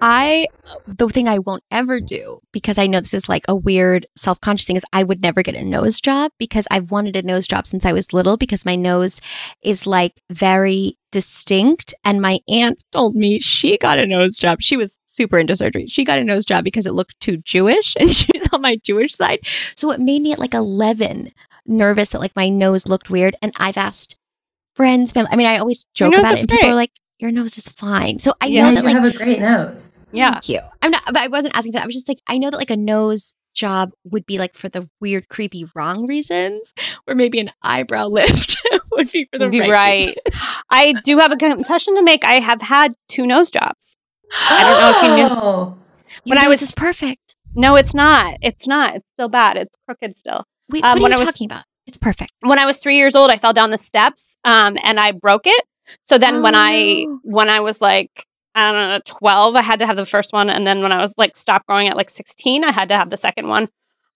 B: I the thing I won't ever do because I know this is like a weird self-conscious thing is I would never get a nose job because I've wanted a nose job since I was little because my nose is like very distinct and my aunt told me she got a nose job. She was super into surgery. She got a nose job because it looked too Jewish and she's on my Jewish side. So it made me at like 11 nervous that like my nose looked weird and I've asked friends, family, I mean I always
A: Your
B: joke
A: nose
B: about it
A: looks
B: and people
A: great.
B: are like your nose is fine. So I
A: Yeah.
B: know
C: you
B: that like
C: have a great nose.
A: Yeah.
B: Thank you. I'm not, but I wasn't asking for that. I was just like, I know that like a nose job would be like for the weird, creepy, wrong reasons, or maybe an eyebrow lift would be for the
A: Would be
B: right.
A: right. I do have a confession to make. I have had two nose jobs. I don't know if you knew.
C: Oh.
A: When
B: when
A: I
B: I
A: was-
B: was is perfect.
A: No, it's not. It's not. It's still bad. It's crooked still.
B: Wait,
A: Um, when
B: what
A: I
B: are you
A: was-
B: talking about? It's perfect.
A: When I was three years old, I fell down the steps um, and I broke it. So then when
B: Oh,
A: I
B: no.
A: when I was like I don't know twelve, I had to have the first one, and then when I was like stopped growing at like sixteen, I had to have the second one.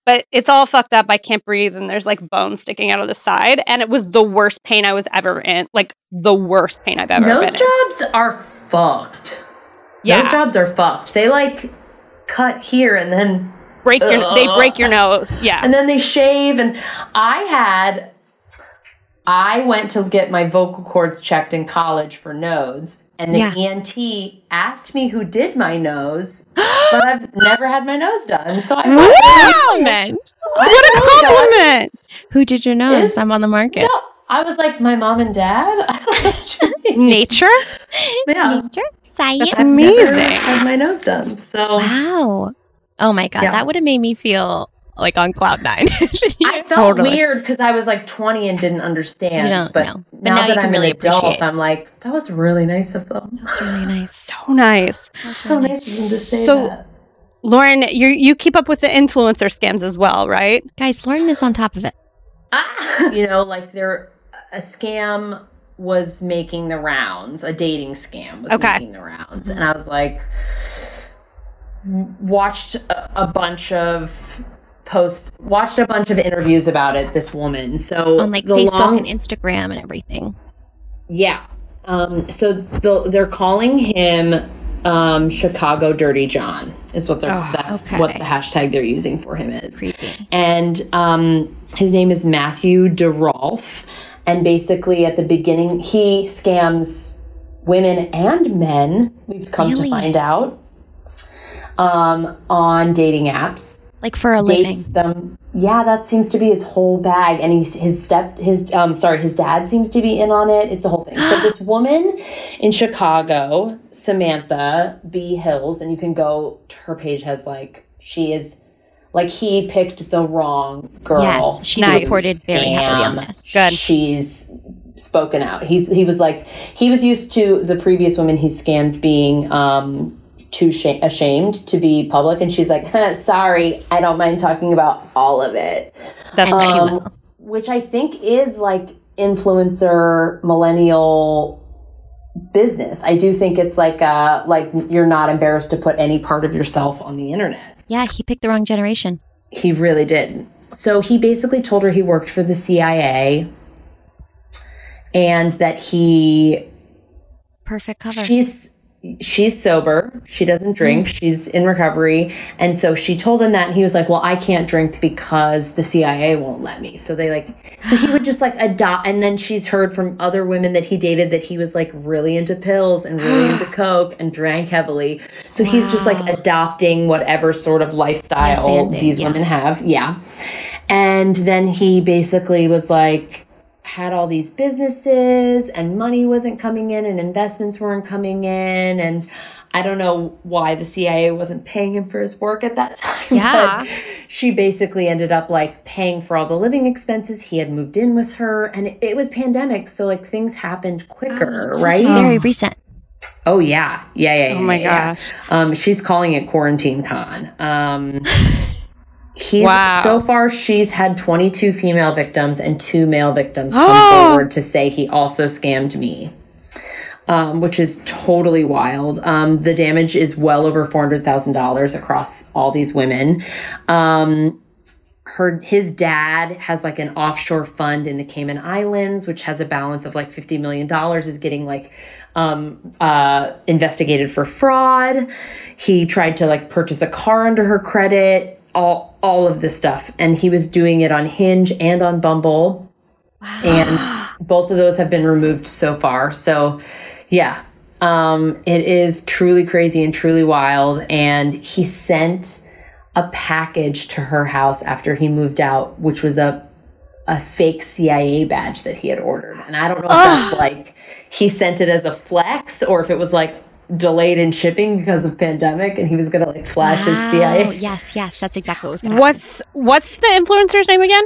A: But it's all fucked up. I can't breathe, and there's like bones sticking out of the side, and it was the worst pain I was ever in. Like the worst pain I've ever
C: Nose
A: been. in.
C: jobs are fucked.
A: Yeah.
C: Nose jobs are fucked. They like cut here and then
A: break your they break your nose. Yeah.
C: and then they shave and I had I went to get my vocal cords checked in college for nodes and the
B: Yeah.
C: ENT asked me who did my nose, but I've never had my nose done. So I
B: Compliment.
C: I
A: What
C: know,
A: a
C: guys.
A: compliment.
B: Who did your nose? I'm on the market.
C: No, I was like my mom and dad. I don't know what you mean.
A: Nature?
C: yeah.
B: Nature, science.
C: I've never
A: amazing.
C: had my nose done. So
B: Wow. Oh my god,
C: Yeah.
B: that would have made me feel like on cloud nine.
C: I felt weird because I was like 20 and didn't understand.
B: You don't
C: but,
B: know. But
C: now
B: now you
C: that
B: can
C: I'm
B: really
C: an adult,
B: appreciate.
C: I'm like, that was really nice of them.
B: That's really nice.
A: So nice.
C: so nice of them to say
A: So-
C: that.
A: Lauren, you you keep up with the influencer scams as well, right?
B: Guys, Lauren is on top of it.
C: Ah! You know, like there, a scam was making the rounds. A dating scam was
A: Okay.
C: making the rounds, and I was like, watched a, a bunch of posts, watched a bunch of interviews about it. This woman, so
B: On like
C: the
B: Facebook
C: long-
B: and Instagram and everything.
C: Yeah. Um, so the, they're calling him um, Chicago Dirty John is what they're that's
B: Ah, okay.
C: what the hashtag they're using for him is.
B: Creepy.
C: And um, his name is Matthew DeRolf. And basically at the beginning he scams women and men, we've come
B: Really?
C: to find out, um, on dating apps
B: Like for a
C: dates
B: living.
C: them. Yeah, that seems to be his whole bag, and he's, his step, his um, sorry, his dad seems to be in on it. It's the whole thing. So this woman in Chicago, Samantha B Hills, and you can go. Her page has like she is, like he picked the wrong girl.
B: Yes, she's
C: to
B: reported very heavily on
C: scam.
B: this.
A: Good.
C: She's spoken out. He he was like he was used to the previous woman he scammed being um too sha- ashamed to be public and she's like "Huh, sorry i don't mind talking about all of it
A: That's
B: And she
C: Um,
B: will.
C: which i think is like influencer millennial business i do think it's like uh like you're not embarrassed to put any part of yourself on the internet
B: Yeah, he picked the wrong generation.
C: he really did. So he basically told her he worked for the CIA and that he
B: Perfect cover.
C: she's she's sober, she doesn't drink, she's in recovery, and so she told him that and he was like, "Well, I can't drink because the CIA won't let me." So they like so he would just like adopt and then she's heard from other women that he dated that he was like really into pills and really into coke and drank heavily. So he's just like adopting whatever sort of lifestyle
B: Yes, and,
C: these
B: yeah.
C: women have. Yeah. And then he basically was like, had all these businesses and money wasn't coming in and investments weren't coming in. And I don't know why the CIA wasn't paying him for his work at that time.
A: Yeah.
C: but she basically ended up like paying for all the living expenses. He had moved in with her and it, it was pandemic. So like things happened quicker,
B: So
C: right?
B: This is very recent.
C: Oh yeah, yeah, yeah. yeah
A: Oh my
C: yeah.
A: gosh.
C: Um, she's calling it quarantine con. Um, he's
A: Wow.
C: so far she's had 22 female victims and two male victims come
A: Oh.
C: forward to say he also scammed me. Um, which is totally wild. Um, the damage is well over four hundred thousand dollars across all these women. Um, her his dad has like an offshore fund in the Cayman Islands, which has a balance of like fifty million dollars, is getting like um uh investigated for fraud. He tried to like purchase a car under her credit, all all of this stuff. And he was doing it on Hinge and on Bumble. And both of those have been removed so far. So yeah. Um it is truly crazy and truly wild. And he sent a package to her house after he moved out, which was a a fake CIA badge that he had ordered. And I don't know if that's like he sent it as a flex or if it was like delayed in shipping because of pandemic and he was gonna like flash his
B: Wow.
C: CIA.
B: Yes, yes, that's exactly what was going to happen.
A: What's what's the influencer's name again?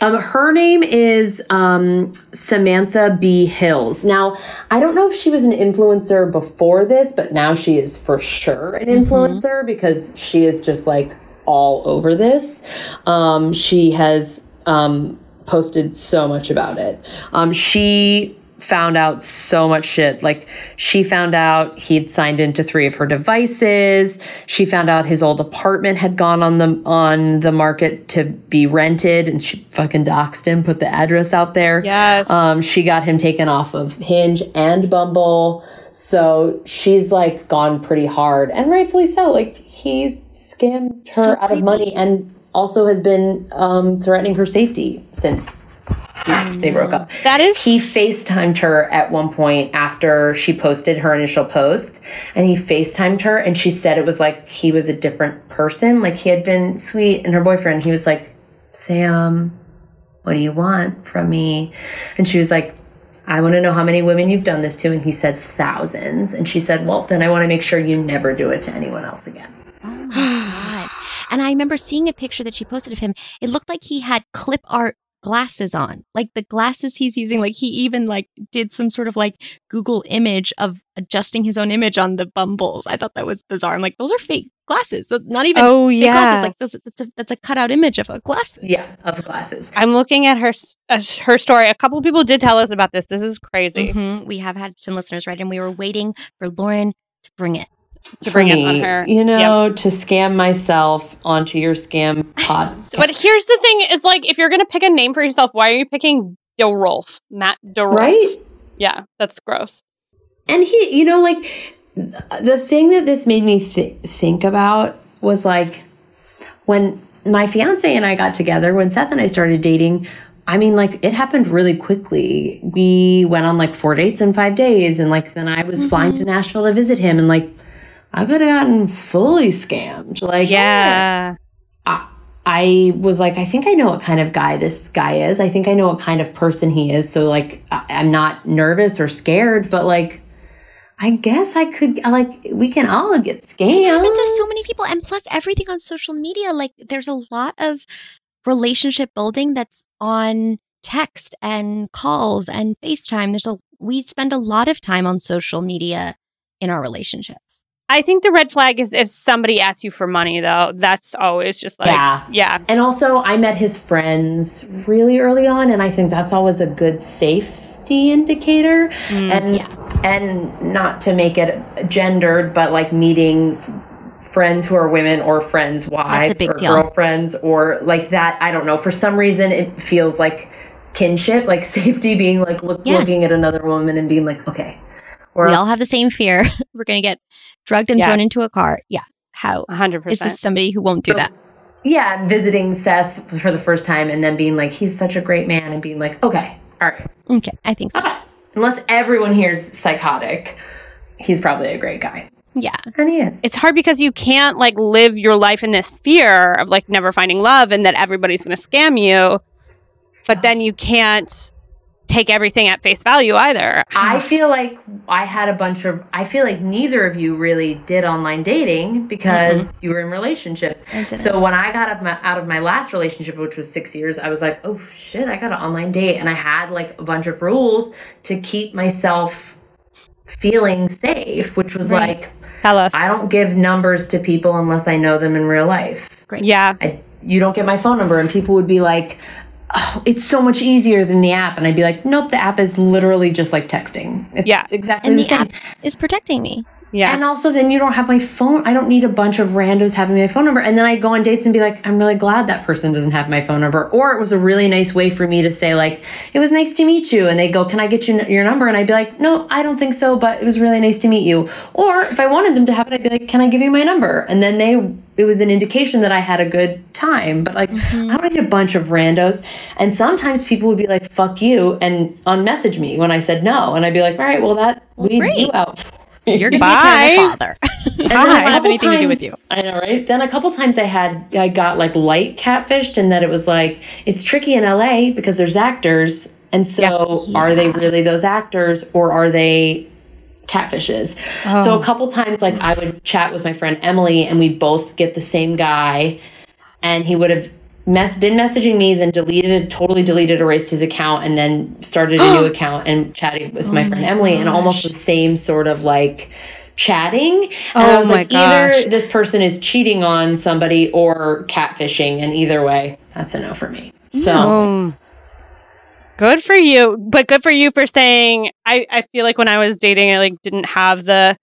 C: Um her name is um Samantha B. Hills. Now I don't know if she was an influencer before this, but now she is for sure an influencer because she is just like all over this. Um, she has um, posted so much about it. Um, she found out so much shit. Like, she found out he'd signed into three of her devices. She found out his old apartment had gone on the on the market to be rented, and she fucking doxed him, put the address out there.
A: Yes.
C: Um, she got him taken off of Hinge and Bumble. So she's like gone pretty hard and rightfully so. Like he scammed her
B: So
C: out of money and also has been um, threatening her safety since they broke up.
A: Mm-hmm. That is
C: He FaceTimed her at one point after she posted her initial post, and he FaceTimed her, and she said it was like he was a different person. Like he had been sweet, and her boyfriend, he was like, Sam, what do you want from me? And she was like, I want to know how many women you've done this to. And he said, thousands. And she said, Well, then I want to make sure you never do it to anyone else again.
B: Oh God. And I remember seeing a picture that she posted of him. It looked like he had clip art glasses on, like the glasses he's using. Like he even like did some sort of like Google image of adjusting his own image on the Bumbles. I thought that was bizarre. I'm like, those are fake glasses. That's Not even
A: Oh
B: fake
A: yeah.
B: glasses. Like those, that's a that's a cutout image of a glasses.
C: Yeah, of glasses.
A: I'm looking at her s- uh, her story. A couple people did tell us about this. This is crazy
B: Mhm. We have had some listeners write in. We were waiting for Lauren to bring it.
A: to bring it on
C: me,
A: her.
C: Mm-hmm. You
A: Yep.
C: know, to scam myself onto your scam pod.
A: But here's the thing: is like if you're gonna pick a name for yourself, why are you picking DeRolf, Matt DeRolf?
C: right?
A: Yeah, that's gross.
C: And he, you know, like th- the thing that this made me th- think about was like when my fiance and I got together, when Seth and I started dating, I mean, like it happened really quickly. We went on like four dates in five days, and like then I was flying to Nashville to visit him, and like I could have gotten fully scammed. Like, I, I was like, I think I know what kind of guy this guy is. I think I know what kind of person he is. So like, I, I'm not nervous or scared, but like, I guess I could like we can all get
B: It happened to
C: scammed.
B: so many people, and plus everything on social media. Like, there's a lot of relationship building that's on text and calls and FaceTime. There's a we spend a lot of time on social media in our relationships.
A: I think the red flag is if somebody asks you for money, though. That's always just like, yeah.
C: Yeah. And also, I met his friends really early on, and I think that's always a good safety indicator.
B: Mm-hmm.
A: Mm,
C: and and not to make it gendered, but like meeting friends who are women or friends wives
B: big
C: or
B: deal.
C: girlfriends or like that. I don't know. For some reason, it feels like kinship, like safety, being like look,
B: Yes.
C: looking at another woman and being like, okay, we're
B: We all have the same fear. We're going to get drugged and thrown
A: Yes.
B: into a car. Yeah. How
A: hundred
B: is this
A: percent.
B: somebody who won't do that?
C: yeah, and visiting Seth for the first time and then being like, he's such a great man, and being like, okay, all right,
B: Okay, I think so.
C: okay. Unless everyone here's psychotic, he's probably a great guy.
A: Yeah.
C: And he is.
A: It's hard because you can't like live your life in this fear of like never finding love and that everybody's going to scam you. But then you can't take everything at face value either.
C: I feel like I had a bunch of. I feel like neither of you really did online dating because you were in relationships.
B: I didn't.
C: So when Mm-hmm. I got out of, my, out of my last relationship, which was six years, I was like, oh shit, I got an online date, and I had like a bunch of rules to keep myself feeling safe, which was like,
A: Tell us.
C: I don't give numbers to people unless I know them in real life.
A: yeah.
C: I, you don't get my phone number, and people would be like. Oh, it's so much easier than the app, and I'd be like, "Nope, the app is literally just like texting. It's
A: Yeah.
C: exactly
B: and
C: the
B: the
C: same."
B: app is protecting me.
A: Yeah.
C: And also, then you don't have my phone. I don't need a bunch of randos having my phone number. And then I go on dates and be like, I'm really glad that person doesn't have my phone number. Or it was a really nice way for me to say, like, it was nice to meet you. And they go, Can I get you n- your number? And I'd be like, No, I don't think so, but it was really nice to meet you. Or if I wanted them to have it, I'd be like, Can I give you my number? And then they, it was an indication that I had a good time. But like, I don't need a bunch of randos. And sometimes people would be like, Fuck you, and unmessage me when I said no. And I'd be like, All right, well, that weeds you
B: great.
C: out.
B: You're going to be
A: Bye.
B: a terrible father.
C: And then a
A: I don't
C: couple
F: anything to do with
C: times-
F: you.
C: I know, right? Then a couple times I had I got like light catfished, and that it was like it's tricky in LA because there's actors, and so are they really those actors or are they catfishes? So
F: Oh.
C: a couple times, like I would chat with my friend Emily, and we both get the same guy, and he would have. Mess, been messaging me, then deleted, totally deleted, erased his account, and then started a new account and chatting
F: Oh
C: with my friend Emily, and almost the same sort of like chatting. And I
A: Oh
C: was
A: my
C: like,
A: gosh.
C: either this person is cheating on somebody or catfishing, and either way, that's a no for me. So
A: Um, good for you, but good for you for saying. I I feel like when I was dating, I like didn't have the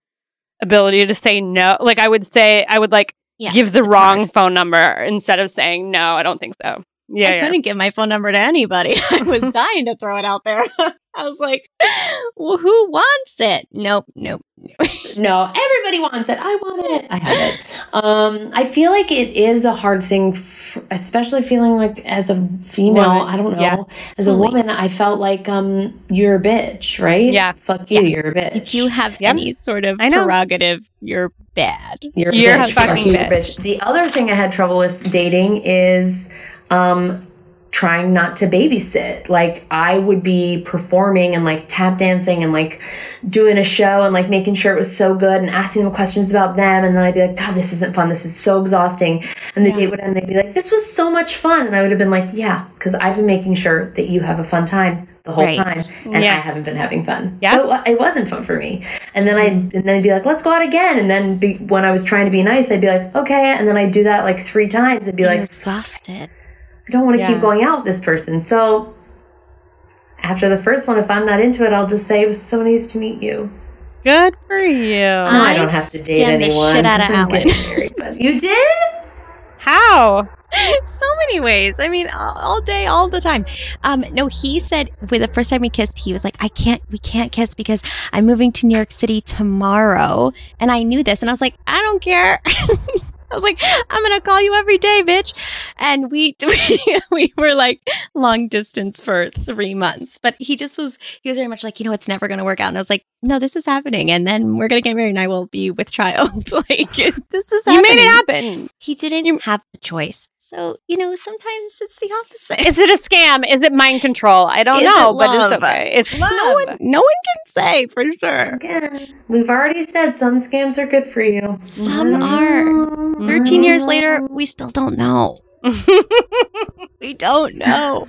A: ability to say no. Like I would say, I would like
B: Yeah,
A: give the
B: it's
A: wrong
B: hard.
A: phone number instead of saying no. I don't think so. Yeah,
B: I
A: yeah.
B: couldn't give my phone number to anybody. I was dying to throw it out there. I was like, well, who wants it? Nope, nope.
C: no, everybody wants it. I want it. I have it. Um, I feel like it is a hard thing, f- especially feeling like as a female.
A: Woman.
C: I don't know.
A: Yeah.
C: As a
B: Totally.
C: woman, I felt like um, you're a bitch, right?
A: Yeah.
C: Fuck you.
B: Yes.
C: You're a bitch.
B: If you have
A: Yep.
B: any sort of
A: I know.
B: prerogative, you're bad.
C: You're,
A: You're a
C: a bitch.
A: fucking
C: Fuck you, you're a
A: bitch.
C: bitch. The other thing I had trouble with dating is um, trying not to babysit. Like I would be performing and like tap dancing and like doing a show and like making sure it was so good and asking them questions about them and then I'd be like, God, this isn't fun. This is so exhausting. And the date would end. They'd be like, This was so much fun. And I would have been like, Yeah, because I've been making sure that you have a fun time the whole
B: Right.
C: time, and
A: Yeah.
C: I haven't been having fun.
A: Yeah. Mm-hmm.
C: So it wa- it wasn't fun for me. And then I and then I'd be like, let's go out again. And then be, when I was trying to be nice, I'd be like, okay. And then I'd do that like three times. I'd be
B: you're
C: like,
B: exhausted.
C: I don't want to
A: Yeah.
C: keep going out with this person. So after the first one, if I'm not into it, I'll just say it was so nice to meet you.
A: Good for you.
B: Uh,
C: No, I,
B: I
C: don't have to date
B: scammed the
C: anyone.
B: shit outta
C: I'm
B: Alan.
C: getting married, but- you did?
A: How?
B: so many ways. I mean, all, all day, all the time. Um, no, he said when the first time we kissed, he was like, "I can't, we can't kiss because I'm moving to New York City tomorrow," and I knew this, and I was like, "I don't care." I was like, "I'm gonna call you every day, bitch," and we we, we were like long distance for three months. But he just was he was very much like, you know, it's never gonna work out, and I was like, "No, this is happening," and then we're gonna get married, and I will be with child. like this is
A: You
B: happening
A: made it happen.
B: he didn't have a choice. So, you know, sometimes it's the opposite.
A: Is it a scam? Is it mind control? I don't
B: Is
A: know,
B: it
A: but
B: love?
A: it's okay. It's love.
B: no one no one can say for sure.
C: Again, we've already said some scams are good for you.
B: Some are. 13 years
A: Mm-hmm.
B: later, we still don't know. We don't know.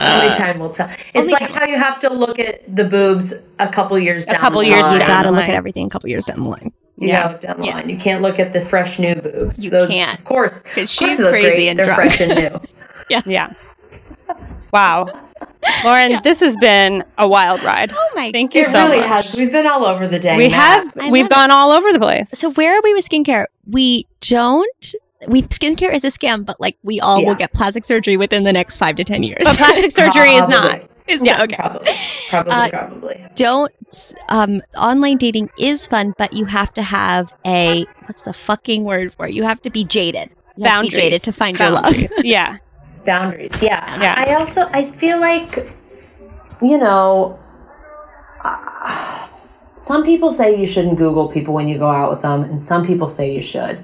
C: Only time will tell. It's
B: only
C: like
B: time-
C: how you have to look at the boobs a couple years down.
A: couple
C: the
A: years
C: line.
B: you
A: down
B: gotta
A: the
B: look
A: line.
B: at everything a couple years down the line.
C: yeah. down the
B: Yeah.
C: line. You can't look at the fresh new boobs.
B: You
C: Those,
B: can't.
C: Of course.
B: Because
C: Of course
B: she's
C: they look
B: crazy
C: great.
B: and
C: They're
B: drunk.
C: fresh and new.
A: yeah. Wow. Lauren, this has been a wild ride.
B: Oh my
A: Thank you
C: it
A: so
C: really
A: much.
C: has. We've been uh, all over the day.
A: we
C: Matt.
A: have
B: I
A: we've
B: love it.
A: gone all over the place.
B: So where are we with skincare? We don't we skincare is a scam, but like we all
C: Yeah.
B: will get plastic surgery within the next five to ten years.
A: But plastic surgery is not.
C: Probably.
B: It's
A: yeah,
B: not- okay.
C: Probably. Probably.
B: Uh,
C: probably.
B: don't um online dating is fun but you have to have a what's the fucking word for it you have to be jaded you have to be
A: Boundaries
B: jaded to find your
A: Boundaries.
B: love
A: yeah.
C: boundaries. Yeah.
A: Yeah.
C: I also I feel like you know uh, some people say you shouldn't Google people when you go out with them, and some people say you should.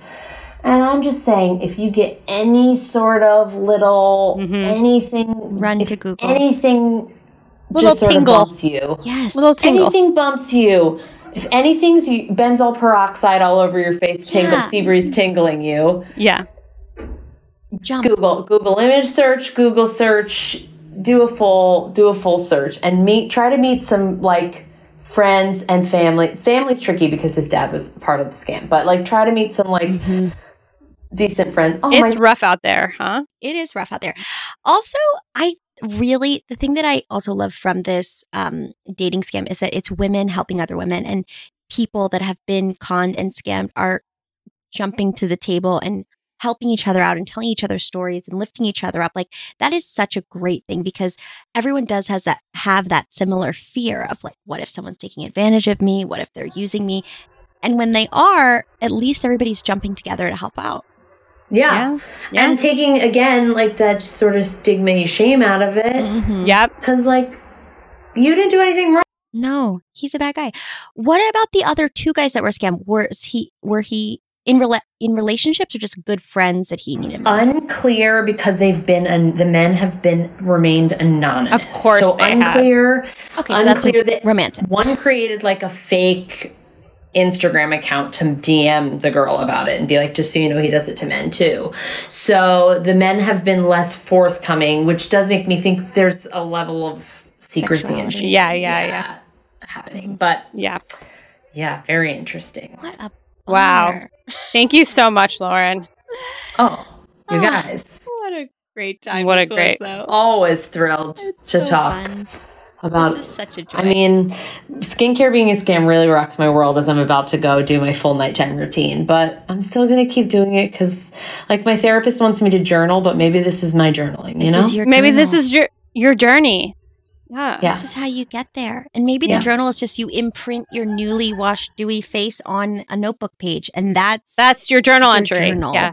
C: And I'm just saying, if you get any sort of little
A: Mm-hmm.
C: anything,
B: Run
C: if
B: to Google.
C: anything,
A: Little
C: just sort of
A: tingle.
C: bumps you.
B: Yes.
A: Little tingle.
C: Anything bumps you. If anything's you, benzoyl peroxide all over your face, tingle,
B: Yeah.
C: sea breeze tingling you.
A: Yeah.
B: jump.
C: Google, Google image search, Google search, do a full, do a full search, and meet. Try to meet some like friends and family. Family's tricky because his dad was part of the scam, but like try to meet some like
B: Mm-hmm.
C: decent friends. Oh my
A: It's rough out there, huh?
B: It is rough out there. Also, I really the thing that I also love from this um, dating scam is that it's women helping other women, and people that have been conned and scammed are jumping to the table and helping each other out and telling each other stories and lifting each other up like that is such a great thing because everyone does has that have that similar fear of like what if someone's taking advantage of me what if they're using me and when they are at least everybody's jumping together to help out
C: yeah. and taking again like that sort of stigma and shame out of
B: Mm-hmm.
C: it
A: Yep.
C: because like you didn't do anything wrong.
B: No, he's a bad guy. What about the other two guys that were scammed? Was he were he in rela- in relationships or just good friends that he needed? money?
C: unclear because they've been an, the men have been remained anonymous.
A: Of course
C: so
A: they have.
C: uncleer.
B: okay, so that's
C: unclear that-
B: romantic.
C: One created like a fake Instagram account to DM the girl about it and be like, just so you know, he does it to men too. So the men have been less forthcoming, which does make me think there's a level of secrecy and
B: Sexuality. Mm-hmm.
C: shame
A: Yeah, yeah, yeah.
C: happening. But
A: Yeah.
C: yeah, very interesting.
B: What a
A: Wow.
B: bummer.
A: Thank you so much, Lauren.
C: Oh, you
B: Ah.
C: guys.
B: What a great time!
A: What a
B: this was,
A: great-
B: though.
C: Always thrilled to
B: So
C: talk
B: fun.
C: about
B: This is such a joy.
C: I mean, skincare being a scam really rocks my world as I'm about to go do my full nighttime routine, but I'm still going to keep doing it because, like, my therapist wants me to journal, but maybe this is my journaling, you
B: this
C: know?
B: is your
A: Maybe this
B: journal.
A: is your your journey. Yeah.
C: Yeah.
B: This is how you get there, and maybe
C: Yeah.
B: the journal is just you imprint your newly washed dewy face on a notebook page, and that's
A: That's your journal
B: your
A: entry.
B: journal.
A: Yeah.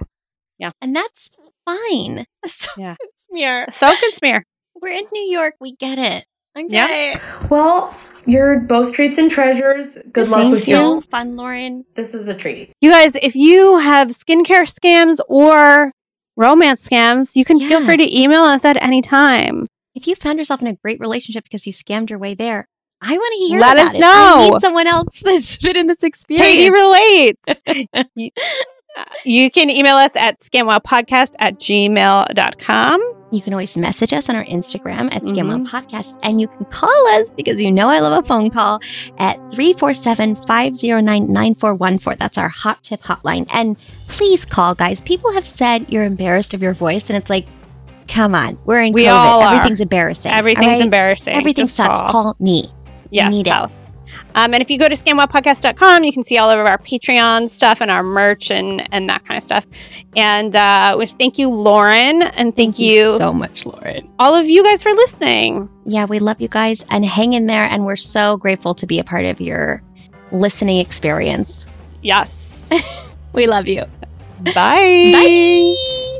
A: Yeah.
B: and that's fine.
A: Yeah.
B: smear.
A: Soak and smear.
B: We're in New York. We get it.
A: Yeah.
C: well, you're both treats and treasures. Good
B: This
C: luck
B: was
C: with
B: so
C: you.
B: fun, Lauren.
C: This was a treat.
A: You guys, if you have skincare scams or romance scams, you can feel
B: Yeah.
A: free to email us at any time.
B: If you found yourself in a great relationship because you scammed your way there, I want to hear.
A: Let
B: about
A: us
B: it. I
A: know.
B: need someone else that's been in this
A: Katie
B: experience.
A: relates. you, you can email us at scamwowpodcast at gmail.com.
B: You can always message us on our Instagram at Scam Well
A: Mhm.
B: Podcast, and you can call us because you know I love a phone call at 347-509-9414. That's our hot tip hotline. And please call, guys. People have said you're embarrassed of your voice, and it's like, come on, we're in
A: We
B: COVID.
A: all are.
B: Everything's embarrassing. all
A: Everything's
B: right?
A: embarrassing.
B: Everything
A: Just
B: sucks. Call me.
A: Yes,
B: need it.
A: call. Um, and if you go to scamwowpodcast.com, you can see all of our Patreon stuff and our merch and, and that kind of stuff. And uh, we thank you, Lauren. And thank, you,
B: so much, Lauren.
A: all of you guys, for listening.
B: Yeah, we love you guys and hang in there. And we're so grateful to be a part of your listening experience.
A: Yes.
B: We love you.
A: Bye.
B: Bye.